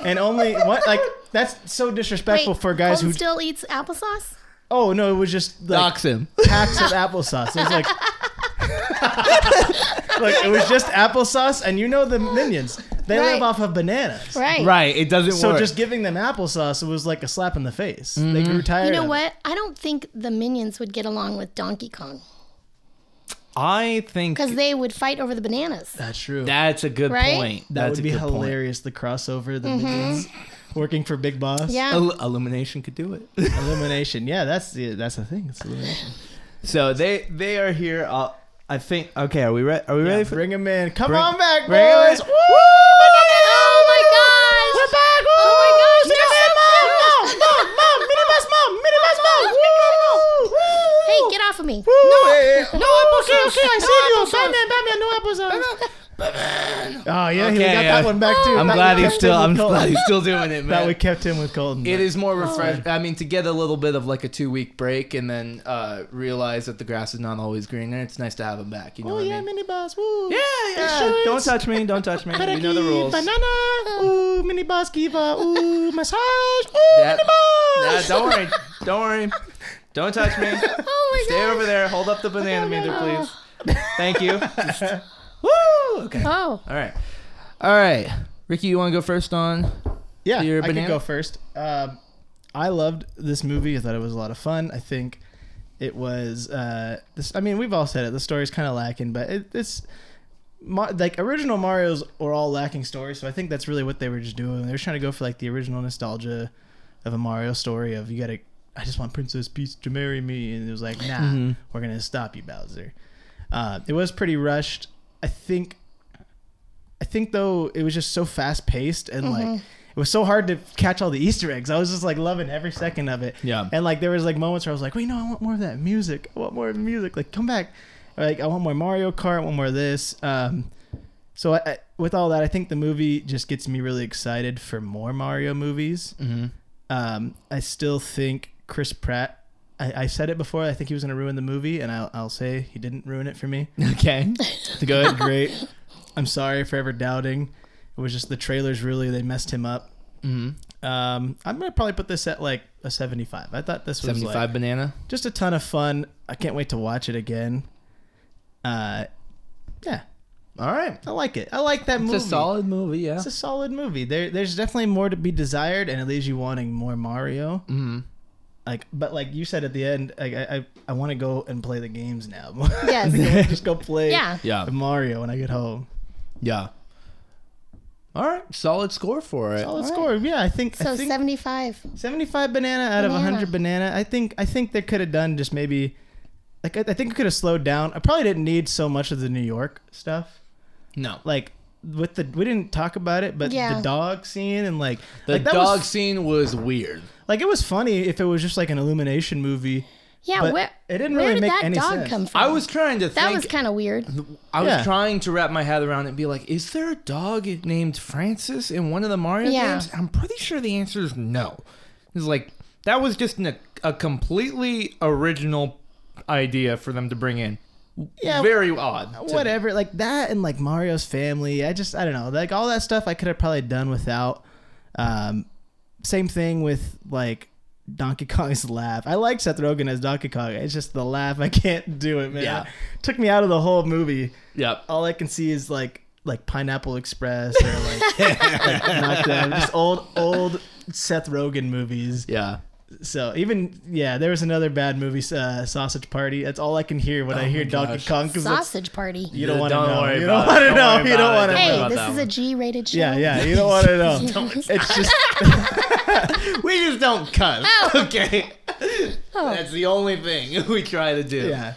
S2: and only what like that's so disrespectful
S3: Wait,
S2: for guys
S3: Colton
S2: who.
S3: still eats applesauce?
S2: oh no, it was just like,
S1: dox him.
S2: packs of applesauce. It was
S3: (laughs)
S2: like, like it was just applesauce, and you know the minions. They
S3: Right.
S2: live off of bananas.
S3: Right.
S1: right. It doesn't
S2: So
S1: work.
S2: just giving them applesauce was like a slap in the face.
S1: Mm-hmm.
S2: They grew tired.
S3: You know
S2: of It.
S3: what? I don't think the minions would get along with Donkey Kong
S1: I think
S3: because they would fight over the bananas.
S2: That's true. That,
S1: that's a good
S3: Right?
S1: point. that's
S2: would
S1: a
S2: be
S1: good point.
S2: hilarious. The crossover, the minions working for Big Boss.
S3: Mm-hmm. Yeah.
S1: Il- Illumination could do it. (laughs)
S2: Illumination. Yeah, that's the that's the thing. It's illumination.
S1: So they they are here. Uh, I think. Okay, are we ready? Are we ready for?
S2: Bring them in. Come
S1: bring-
S2: on back,
S1: bring 'em
S2: boys.
S1: in.
S2: Woo!
S3: Oh my gosh! We're back! Oh, my gosh! You're so cute. Hey, get off of me!
S2: eh, Oh yeah, he
S1: Okay,
S2: got
S1: yeah.
S2: that one back too.
S1: I'm
S2: That
S1: glad
S2: we
S1: he's
S2: kept
S1: still.
S2: him with
S1: I'm
S2: Colton.
S1: glad he's still doing it,
S2: (laughs) that
S1: man.
S2: we kept him with Colton.
S1: it is more refreshing. I mean, to get a little bit of like a two week break and then uh, realize that the grass is not always greener. It's nice to have him back. You know
S2: Oh
S1: what
S2: yeah,
S1: I mean?
S2: minibus. Woo.
S1: yeah, yeah. Don't touch me. Don't touch me. you know the rules.
S2: Banana. Ooh, minibus giver. Ooh, massage.
S1: (laughs)
S2: Ooh,
S1: That-
S2: minibus.
S1: Yeah, don't worry. Don't worry. Don't touch me.
S3: (laughs) Oh my Oh
S1: Stay
S3: gosh!
S1: over there. Hold up the banana meter, please.
S3: (laughs)
S1: Thank you. Just- woo. Okay.
S3: Oh,
S1: All right. All right. Ricky, you want to go first on?
S2: Yeah,
S1: Your
S2: I
S1: banana?
S2: could go first. Um, I loved this movie. I thought it was a lot of fun. I think it was. Uh, this. I mean, we've all said it. The story's kind of lacking, but it, it's Ma- like original Mario's were all lacking stories. So I think that's really what they were just doing. They were trying to go for like the original nostalgia of a Mario story of you gotta. I just want Princess Peach to marry me, and it was like, nah, we're gonna stop you, Bowser. Uh, it was pretty rushed. I think I think though it was just so fast paced and like it was so hard to catch all the Easter eggs. I was just like loving every second of it.
S1: Yeah.
S2: And like there was like moments where I was like, wait, no, I want more of that music. I want more of the music. Like come back. Like I want more Mario Kart. I want more of this. Um, so I, I, with all that, I think the movie just gets me really excited for more Mario movies. Mm-hmm. Um, I still think Chris Pratt. I, I said it before. I think he was going to ruin the movie, and I'll, I'll say he didn't ruin it for me.
S1: (laughs) Okay.
S2: Good, (laughs) great. I'm sorry for ever doubting. It was just the trailers really they messed him up. Mm-hmm. Um, I'm gonna probably put this at like a 75. I thought this was
S1: 75
S2: like
S1: banana.
S2: just a ton of fun. I can't wait to watch it again. Uh, yeah. All right. I like it. I like that
S1: It's
S2: movie.
S1: a solid movie, yeah.
S2: It's a solid movie. There, there's definitely more to be desired, and it leaves you wanting more Mario. Mm-hmm. Like, but like you said at the end, like, I, I, I want to go and play the games now. (laughs)
S3: Yes.
S2: just go play.
S3: Yeah.
S1: yeah.
S2: Mario when I get home.
S1: Yeah. All right. Solid score for it.
S2: Oh, let's score. Yeah, I think I
S3: So
S2: think
S3: 75.
S2: 75 banana out of
S3: Banana.
S2: 100 banana. I think I think they could have done just maybe like I, I think it could have slowed down. I probably didn't need so much of the New York stuff.
S1: No.
S2: Like with the we didn't talk about it, but
S3: Yeah.
S2: the dog scene and like
S1: The
S2: like that
S1: dog
S2: was,
S1: scene was weird.
S2: like it was funny if it was just like an illumination movie.
S3: Yeah,
S2: But
S3: where
S2: it didn't
S3: where
S2: really
S3: did
S2: make
S3: that
S2: any
S3: dog
S2: sense.
S3: come from?
S4: I was trying to
S3: that
S4: think.
S3: was kind
S2: (laughs)
S3: of weird.
S4: I was
S2: Yeah.
S4: trying to wrap my head around it and be like, is there a dog named Francis in one of the Mario
S3: Yeah.
S4: games? I'm pretty sure the answer is no. It's like that was just an, a completely original idea for them to bring in.
S2: Yeah.
S4: Very odd. to me.
S2: whatever like that and like mario's family i just i don't know like all that stuff i could have probably done without um same thing with like donkey kong's (laughs) laugh i like seth rogen as donkey kong it's just the laugh i can't (laughs) do it man
S1: Yeah.
S2: took me out of the whole movie
S1: Yep.
S2: all i can see is like like pineapple express or like, (laughs) like knock them just old old seth rogen movies
S1: Yeah.
S2: so even yeah there was another bad movie uh, sausage party that's all i can hear when i hear donkey
S1: Oh gosh.
S2: kong 'cause it's-
S3: Sausage party.
S2: you
S1: Yeah,
S2: don't want to
S1: don't
S2: know.
S1: worry
S2: you
S1: about
S2: don't
S1: it.
S2: want to
S1: Don't
S2: know.
S1: worry
S2: You
S1: about
S2: don't
S1: it.
S2: want
S1: Don't
S2: to
S1: worry
S2: know.
S3: Hey,
S1: about
S3: this
S1: that
S3: is a
S1: one.
S3: G-rated show.
S2: Yeah, yeah. You (laughs) don't want to
S3: (laughs)
S2: know.
S1: (laughs)
S2: it's just
S4: We just don't cuss.
S2: (laughs)
S3: Oh.
S4: Okay.
S3: (laughs)
S4: That's the only thing we try to do.
S2: yeah.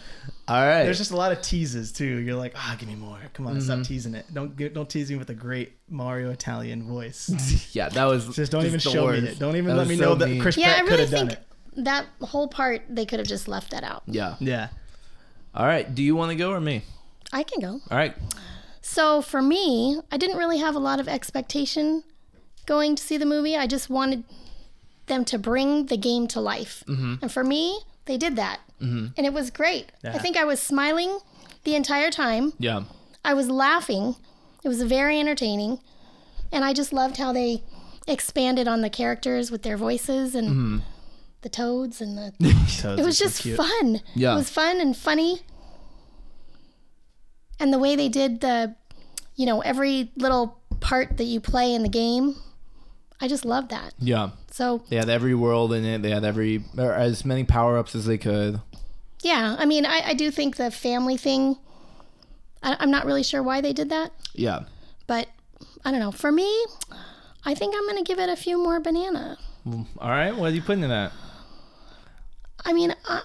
S1: All right.
S2: There's just a lot of teases too. You're like, ah, give me more. Come on,
S1: Mm-hmm.
S2: stop teasing it. Don't gi- don't tease me with a great Mario Italian
S1: (laughs)
S2: voice. (laughs)
S1: yeah, that was
S2: Just don't even
S1: the
S2: show
S1: worst.
S2: me it. Don't even
S1: That
S2: let
S1: was
S2: me
S1: so
S2: know that
S1: mean.
S2: Chris
S3: Yeah, I
S2: Pratt could
S3: really
S2: have done
S3: think
S2: it.
S3: that whole part they could have just left that out.
S1: Yeah.
S2: Yeah.
S1: All right. Do you want to go or me?
S3: I can go.
S1: All right.
S3: So for me, I didn't really have a lot of expectation going to see the movie. I just wanted them to bring the game to life. And for me, they did that. And it was great. I think I was smiling the entire time.
S1: Yeah.
S3: I was laughing. It was very entertaining. And I just loved how they expanded on the characters with their voices and the toads and the
S2: So
S3: it was just fun.
S1: Yeah.
S3: It was fun and funny. And the way they did the, you know, every little part that you play in the game, I just love that.
S1: Yeah.
S3: So,
S1: They had every world in it. They had every or as many power ups as they could.
S3: yeah, I mean, I, I do think the family thing, I, I'm not really sure why they did that,
S1: Yeah.
S3: but I don't know. For me, I think I'm going to give it a few more banana.
S4: All right. What are you putting in that?
S3: I mean, I,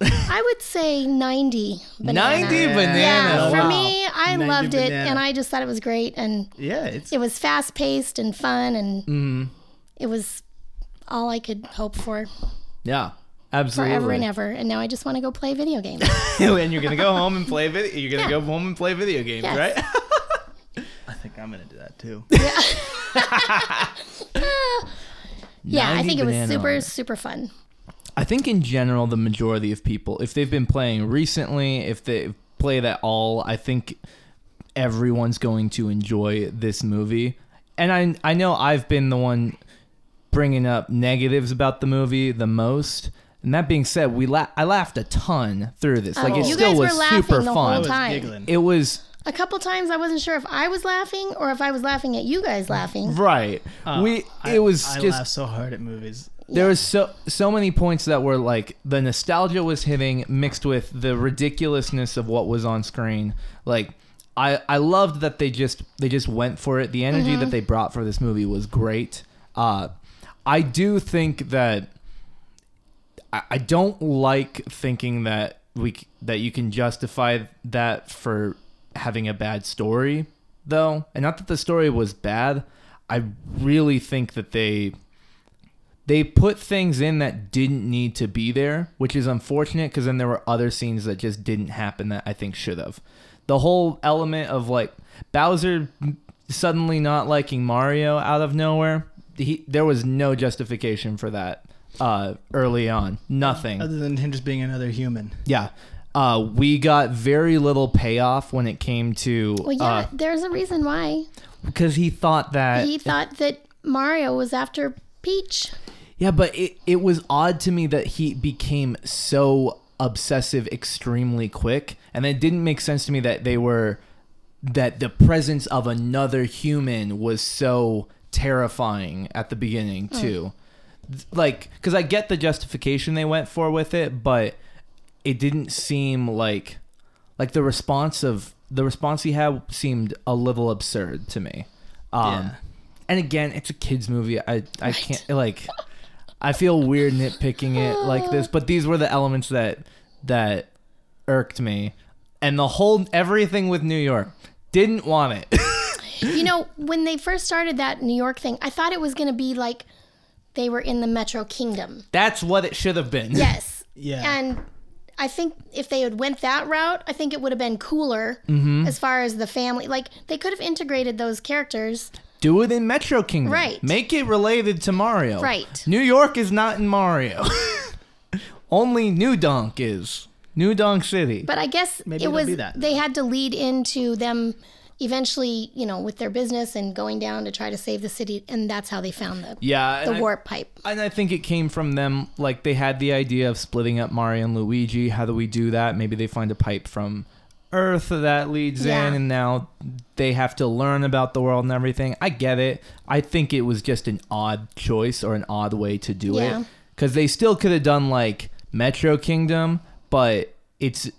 S3: I would say 90 banana.
S4: 90
S3: Yeah,
S4: banana.
S3: for
S2: Wow.
S3: me, I
S2: 90
S3: loved it,
S2: banana.
S3: and I just thought it was great, and
S2: Yeah, it's
S3: it was fast paced and fun and
S1: Mm-hmm.
S3: it was all I could hope for
S1: Yeah.
S3: forever
S1: Absolutely.
S4: (laughs)
S3: and ever. And now I just want to go play video
S1: (laughs)
S3: games.
S4: and you're gonna go home and play video. You're gonna
S3: Yeah.
S4: go home and play video games,
S3: Yes.
S4: right?
S2: I think I'm going to do that too.
S3: yeah, I
S1: 90
S3: think it was
S1: banana
S3: super,
S1: on it.
S3: super fun.
S1: I think in general, the majority of people, if they've been playing recently, if they played at all, I think everyone's going to enjoy this movie. And I I know I've been the one bringing up negatives about the movie the most. And that being said, we la- I laughed a ton through this. Like it
S3: Oh. you
S1: still
S3: guys
S1: was
S3: were laughing
S1: super
S3: the
S1: fun.
S3: whole
S2: was
S3: time.
S2: giggling.
S1: It was
S3: A couple times I wasn't sure if I was laughing or if I was laughing at you guys laughing.
S1: right. we it was
S2: Uh, I,
S1: just
S2: I laugh so hard at movies.
S1: There was so so many points that were like the nostalgia was hitting mixed with the ridiculousness of what was on screen. Like I I loved that they just they just went for it. The energy that they brought for this movie was great. Uh I do think that I, I don't like thinking that we c- that you can justify that for having a bad story though. And not that the story was bad. I really think that they they put things in that didn't need to be there, which is unfortunate because then there were other scenes that just didn't happen that I think should have. The whole element of like Bowser suddenly not liking Mario out of nowhere, he, there was no justification for that uh, early on. Nothing.
S2: Other than him just being another human.
S1: Yeah. Uh, we got very little payoff when it came to
S3: Well, yeah, there's a reason why.
S1: because he thought that
S3: He thought that Mario was after Peach.
S1: Yeah, but it, it was odd to me that he became so obsessive extremely quick and it didn't make sense to me that they were that the presence of another human was so terrifying at the beginning too Th- like because i get the justification they went for with it but it didn't seem like like the response of the response he had seemed a little absurd to me um
S2: Yeah.
S1: and again it's a kids movie i i can't like i feel weird nitpicking it like this but these were the elements that that irked me and the whole everything with new york didn't want it (laughs)
S3: You know, when they first started that New York thing, I thought it was going to be like they were in the Metro Kingdom.
S1: that's what it should have been
S3: Yes.
S2: Yeah.
S3: And I think if they had went that route, I think it would have been cooler as far as the family. Like they could have integrated those characters.
S1: do it in metro kingdom
S3: Right.
S1: make it related to mario
S3: Right.
S1: new york is not in mario (laughs) only new donk is new donk city
S3: But I guess
S2: Maybe
S3: it
S2: it'll
S3: was
S2: be that.
S3: they had to lead into them eventually, you know, with their business and going down to try to save the city and that's how they found the
S1: yeah and
S3: the
S1: I- Oh,
S3: warp pipe.
S1: And I think it came from them, like they had the idea of splitting up Mario and Luigi. How do we do that? Maybe they find a pipe from Earth that leads
S3: Yeah.
S1: in, and now they have to learn about the world and everything. I get it. I think it was just an odd choice or an odd way to do
S3: Yeah.
S1: it. Because they still could have done like Metro Kingdom, but it's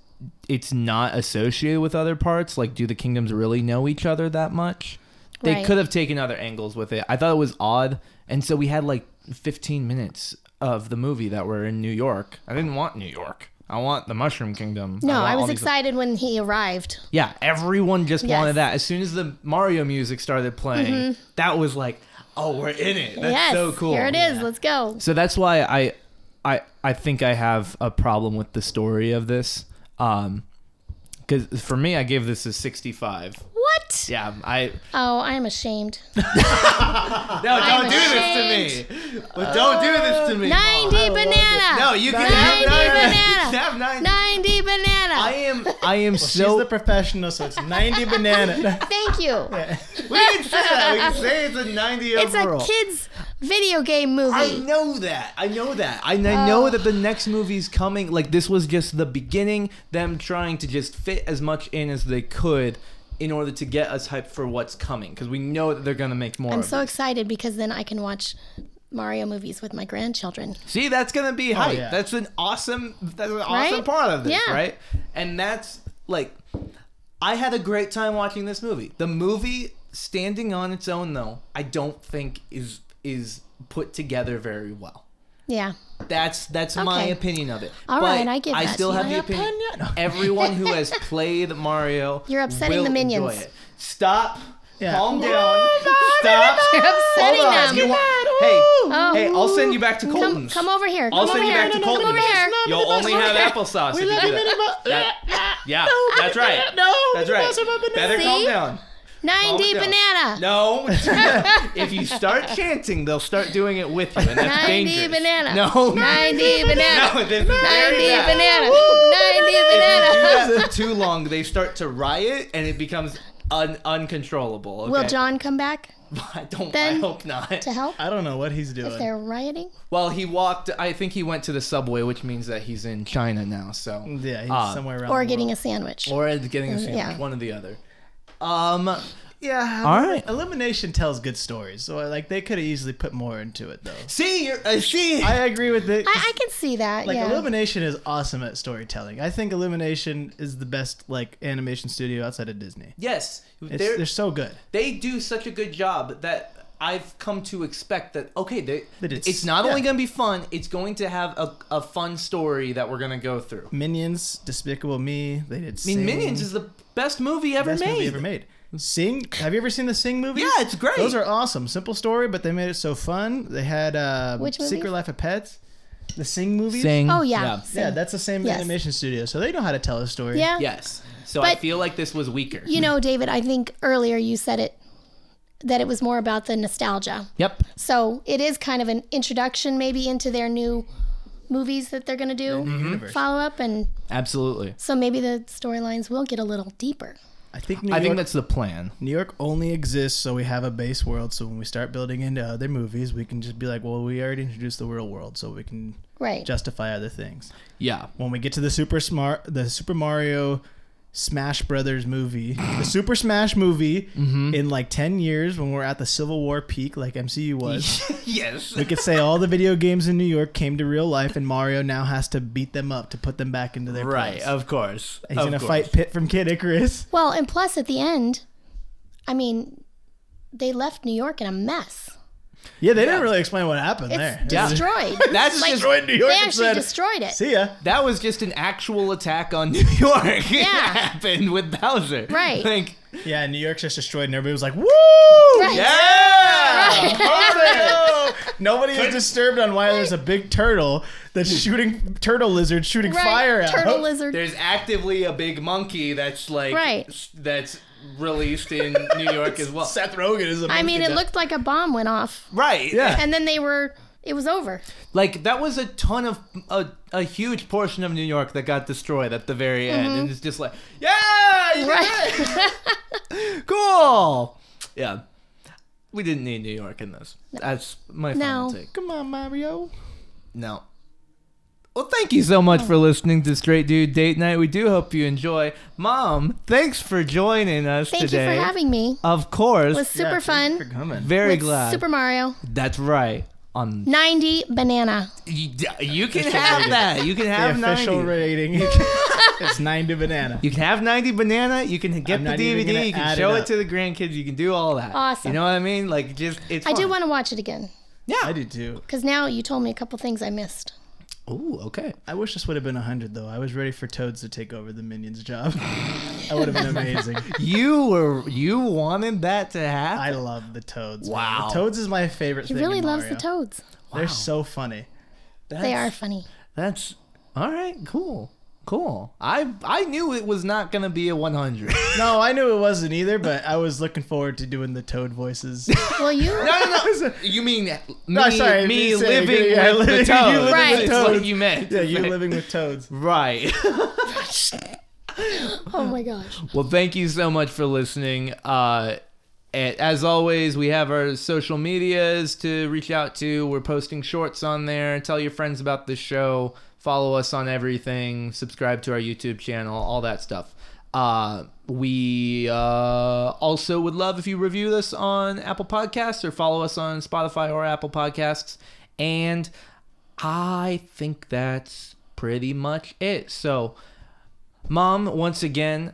S1: it's not associated with other parts. Like, do the kingdoms really know each other that much? They
S3: Right.
S1: could have taken other angles with it. I thought it was odd, and so we had like 15 minutes of the movie that were in New York. I didn't want New York. I want the Mushroom Kingdom.
S3: No,
S1: want
S3: I
S1: all
S3: was
S1: these-
S3: excited when he arrived.
S1: Yeah, everyone just
S3: Yes. Mm-hmm.
S1: wanted that. As soon as the Mario music started playing, that was like, oh, we're in it. That's
S3: yes.
S1: so cool.
S3: Here it is. Let's go.
S1: So that's why I, I, I think I have a problem with the story of this. Um, because for me, I gave this a 65.
S3: What?
S1: Yeah, I
S3: Oh, I am ashamed.
S5: No, don't
S3: I'm
S5: do this to me. Well, don't do this to me.
S1: Oh,
S3: 90 banana.
S5: No, you can have
S3: 90
S1: (laughs)
S5: nine.
S3: banana.
S5: Have nine.
S3: 90 banana.
S1: I am I am (laughs)
S2: She's the
S1: so
S2: professional, so it's
S1: (laughs)
S2: 90 banana.
S3: Thank you.
S5: We can say that. We can say it's a 90
S3: It's
S5: overall.
S3: a kids video game
S5: I
S3: movie.
S5: know that. I know that.
S1: I, I
S3: Oh.
S1: know that the next movie's coming. Like this was just the beginning, them trying to just fit as much in as they could in order to get us hyped for what's coming because we know that they're gonna make more.
S3: I'm
S1: of
S3: so
S1: it.
S3: excited because then I can watch Mario movies with my grandchildren.
S1: See, that's gonna be hype.
S2: yeah.
S1: That's an awesome. That's an
S3: Right?
S1: awesome part of this,
S3: Yeah.
S1: right? And that's like, I had a great time watching this movie. The movie standing on its own, though, I don't think is is put together very well.
S3: Yeah.
S1: That's that's my
S3: Okay.
S1: opinion of it.
S3: All
S1: but
S3: right, I give
S1: I
S3: that
S1: still
S3: to
S1: have
S3: you.
S1: the
S3: My
S1: opinion. (laughs) Everyone who has played Mario,
S3: You're upsetting
S1: will
S3: the minions.
S1: enjoy it. Stop.
S2: Yeah.
S1: Calm down.
S3: (laughs)
S1: Stop.
S3: You're upsetting
S1: Hold on.
S3: them.
S1: You want- hey,
S3: Oh.
S1: hey, I'll send you back to
S3: Come,
S1: Colton's.
S3: come over here. Come
S1: I'll
S3: over
S1: send you
S3: here.
S1: back to
S3: come
S1: Colton's.
S3: over here.
S1: You'll only have applesauce if you do that.
S2: (laughs)
S1: That- Yeah, that's right.
S2: No,
S1: That's right. Better calm
S3: See?
S1: down.
S3: 90
S1: Calm down.
S3: banana. (laughs)
S1: No. if you start chanting, they'll start doing it with you, and that's
S3: 90
S1: dangerous.
S3: banana.
S1: No.
S3: 90 banana.
S1: No, this is very
S3: 90
S1: bad.
S3: banana. 90
S1: If you do
S3: banana.
S1: that for
S3: (laughs)
S1: too long, they start to riot, and it becomes un- uncontrollable. Okay?
S3: Will John come back
S1: (laughs) I don't. I
S3: then-
S1: hope not.
S3: to help?
S2: I don't know what he's doing.
S3: They're rioting?
S1: Well, he walked. I think he went to the subway, which means that he's in China now. So
S2: yeah, he's
S1: Uh,
S2: somewhere around.
S3: Or
S2: the
S3: getting
S2: world.
S3: a sandwich.
S1: or it's getting a sandwich,
S3: Uh, Yeah.
S1: one or the other. Um.
S2: Yeah.
S1: All
S2: All
S1: right.
S2: right. Elimination tells good stories, so like they could have easily put more into it though.
S1: See, you're, uh, see.
S2: I agree with it.
S3: I, I can see that.
S2: like
S3: yeah.
S2: Illumination is awesome at storytelling. I think Illumination is the best like animation studio outside of Disney.
S1: yes,
S2: It's,
S1: they're-
S2: they're, so good.
S1: they do such a good job that I've come to expect that okay, they,
S2: That
S1: it's,
S2: it's-
S1: not only
S2: yeah.
S1: going to be fun, it's going to have a, a fun story that we're going to go through. I
S2: Minions, Despicable Me, they did.
S1: mean, Minions is the best movie ever
S2: best
S1: made.
S2: movie ever made. Sing, have you ever seen the Sing movies?
S1: Yeah, it's great.
S2: Those are awesome. Simple story, but they made it so fun. They had uh,
S3: Which movies?
S2: Secret Life of Pets, the Sing movies.
S3: Oh, yeah.
S2: Yeah,
S3: Same.
S2: that's the same
S3: Yes.
S2: animation studio, so they know how to tell a story.
S3: Yeah.
S1: Yes. So I
S3: But-
S1: feel like this was weaker.
S3: You know, David, I think earlier you said it that it was more about the nostalgia.
S1: yep.
S3: So it is kind of an introduction, maybe, into their new movies that they're going to do, Mm-hmm.
S2: Universe.
S3: follow up. And
S1: Absolutely.
S3: so maybe the storylines will get a little deeper.
S2: I think New
S1: I
S2: York,
S1: think that's the plan.
S2: New York only exists so we have a base world. So when we start building into other movies, we can just be like, well, we already introduced the real world, so we can
S3: Right.
S2: justify other things.
S1: Yeah.
S2: When we get to the Super Smart, the Super Mario Smash Brothers movie, the Super Smash movie,
S1: Mm-hmm.
S2: in like ten years, when we're at the Civil War peak, like MCU was,
S1: yes.
S2: we could say all the video games in New York came to real life, and Mario now has to beat them up to put them back into their
S1: Right.
S2: place.
S1: Of course.
S2: He's
S1: Of
S2: gonna
S1: course.
S2: fight Pit from Kid Icarus.
S3: Well, and plus at the end, I mean, they left New York in a mess.
S2: Yeah, they didn't really explain what happened
S3: It's
S2: there. (laughs)
S3: destroyed.
S1: That's just
S2: Destroyed New York.
S3: they
S2: and
S3: actually
S2: said,
S3: destroyed it.
S2: See ya.
S1: that was just an actual attack on (laughs) New York. that
S3: Yeah.
S1: happened with Bowser.
S3: Right.
S1: Like
S2: Yeah, New York's just destroyed, and everybody was like, "Woo!"
S3: Right.
S1: yeah.
S3: (laughs)
S2: Mario! Nobody is disturbed on why there's a big turtle that's shooting turtle lizard shooting
S3: Right.
S2: fire out.
S3: Turtle lizard.
S1: There's actively a big monkey that's like
S3: Right.
S1: s- that's released in New York as
S2: (laughs)
S1: well.
S2: Seth Rogen is. a
S3: I mean,
S2: monkey
S3: it
S2: guy.
S3: looked like a bomb went off,
S1: Right.
S2: Yeah.
S3: and then they were. It was over.
S1: Like that was a ton of a, a huge portion of New York that got destroyed at the very end, and it's just like, yeah, you did
S3: Mm-hmm. (laughs) Right.
S1: it! (laughs) cool. Yeah, we didn't need New York in this. That's my final
S3: No.
S1: take.
S2: Come on, Mario.
S1: No. Well, thank you so
S3: Oh.
S1: much for listening to Straight Dude Date Night. We do hope you enjoy. Mom, thanks for joining us
S3: Thank
S1: today.
S3: you for having me.
S1: Of course,
S3: It was super
S2: Yeah, thanks For
S3: fun.
S2: coming.
S1: very
S3: With
S1: glad.
S3: Super Mario
S1: That's right.
S3: (laughs)
S1: On
S3: 90 banana.
S1: you, you can have that. You can
S2: The
S1: have
S2: official
S1: 90.
S3: (laughs)
S2: rating. it's nine to banana.
S1: You can have 90 banana. You can get
S2: I'm
S1: the
S2: not even gonna
S1: DVD. You can
S2: add
S1: show
S2: it
S1: it,
S2: up.
S1: to the grandkids. You can do all that.
S3: Awesome.
S1: You know what I mean? Like, just it's.
S3: I do
S1: fun.
S3: want to watch it again
S2: I do too.
S3: because now you told me a couple things I missed.
S1: Ooh, okay.
S2: I wish this would have been hundred though. I was ready for Toads to take over the Minions job. that would (laughs) have been amazing.
S1: You were you wanted that to happen?
S2: I love the Toads. man.
S1: Wow.
S2: the Toads is my favorite.
S3: He
S2: thing
S3: really
S2: in
S3: loves the
S2: Mario.
S3: toads.
S2: They're so funny.
S3: They are funny.
S1: That's all right. Cool. Cool. I I knew it was not gonna be a (laughs) 100.
S2: No, I knew it wasn't either, but I was looking forward to doing the Toad (laughs) voices.
S3: Well, you.
S1: (laughs) you mean me,
S2: No, sorry,
S1: me
S2: you said-
S1: living
S2: yeah,
S1: with
S2: living-
S1: the
S2: you
S1: toad?
S2: living
S3: Right. with
S1: That's what
S2: toads.
S1: you meant. (laughs)
S2: yeah, you living with toads.
S1: Right.
S3: Oh my gosh.
S1: Well, thank you so much for listening. Uh, and as always, we have our social medias to reach out to. We're posting shorts on there. Tell your friends about the show. Follow us on everything. Subscribe to our YouTube channel. All that stuff. Uh, we uh, also would love if you review us on Apple Podcasts or follow us on Spotify or Apple Podcasts. And I think that's pretty much it. So, Mom, once again,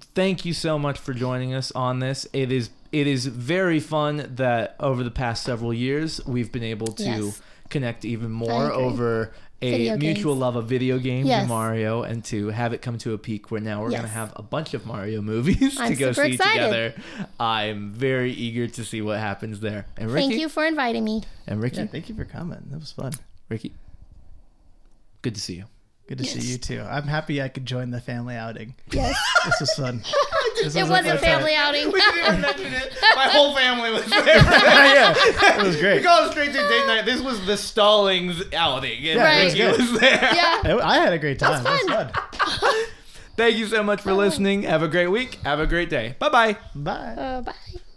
S1: thank you so much for joining us on this. It is it is very fun that over the past several years we've been able to
S3: Yes.
S1: connect even more
S3: agree.
S1: over a
S3: Video
S1: mutual
S3: games.
S1: love of video games
S3: Yes.
S1: and Mario, and to have it come to a peak where now we're gonna
S3: Yes.
S1: have a bunch of Mario movies to
S3: I'm
S1: go
S3: super
S1: see
S3: excited.
S1: together. I'm very eager to see what happens there. And Ricky,
S3: Thank you for inviting me.
S1: and Ricky,
S2: Yeah, thank you for coming. That was fun.
S1: Ricky, good to see you.
S2: Good to see you too. I'm happy I could join the family outing.
S3: Yes.
S2: This was fun. This
S3: It
S2: was
S3: was
S2: my
S3: a family outing. (laughs)
S4: My whole family was (laughs) there.
S2: time. (laughs) yeah, it was (laughs) great.
S4: Go straight to date night. This was the Stallings outing, and
S2: Right.
S4: Ricky
S2: It was
S4: was there. (laughs)
S3: yeah.
S2: I I had a great time. It was
S3: fun.
S2: fun.
S1: Thank you so much for listening. Have a great week. Have a great day. Bye bye.
S2: Bye.
S3: Uh, bye.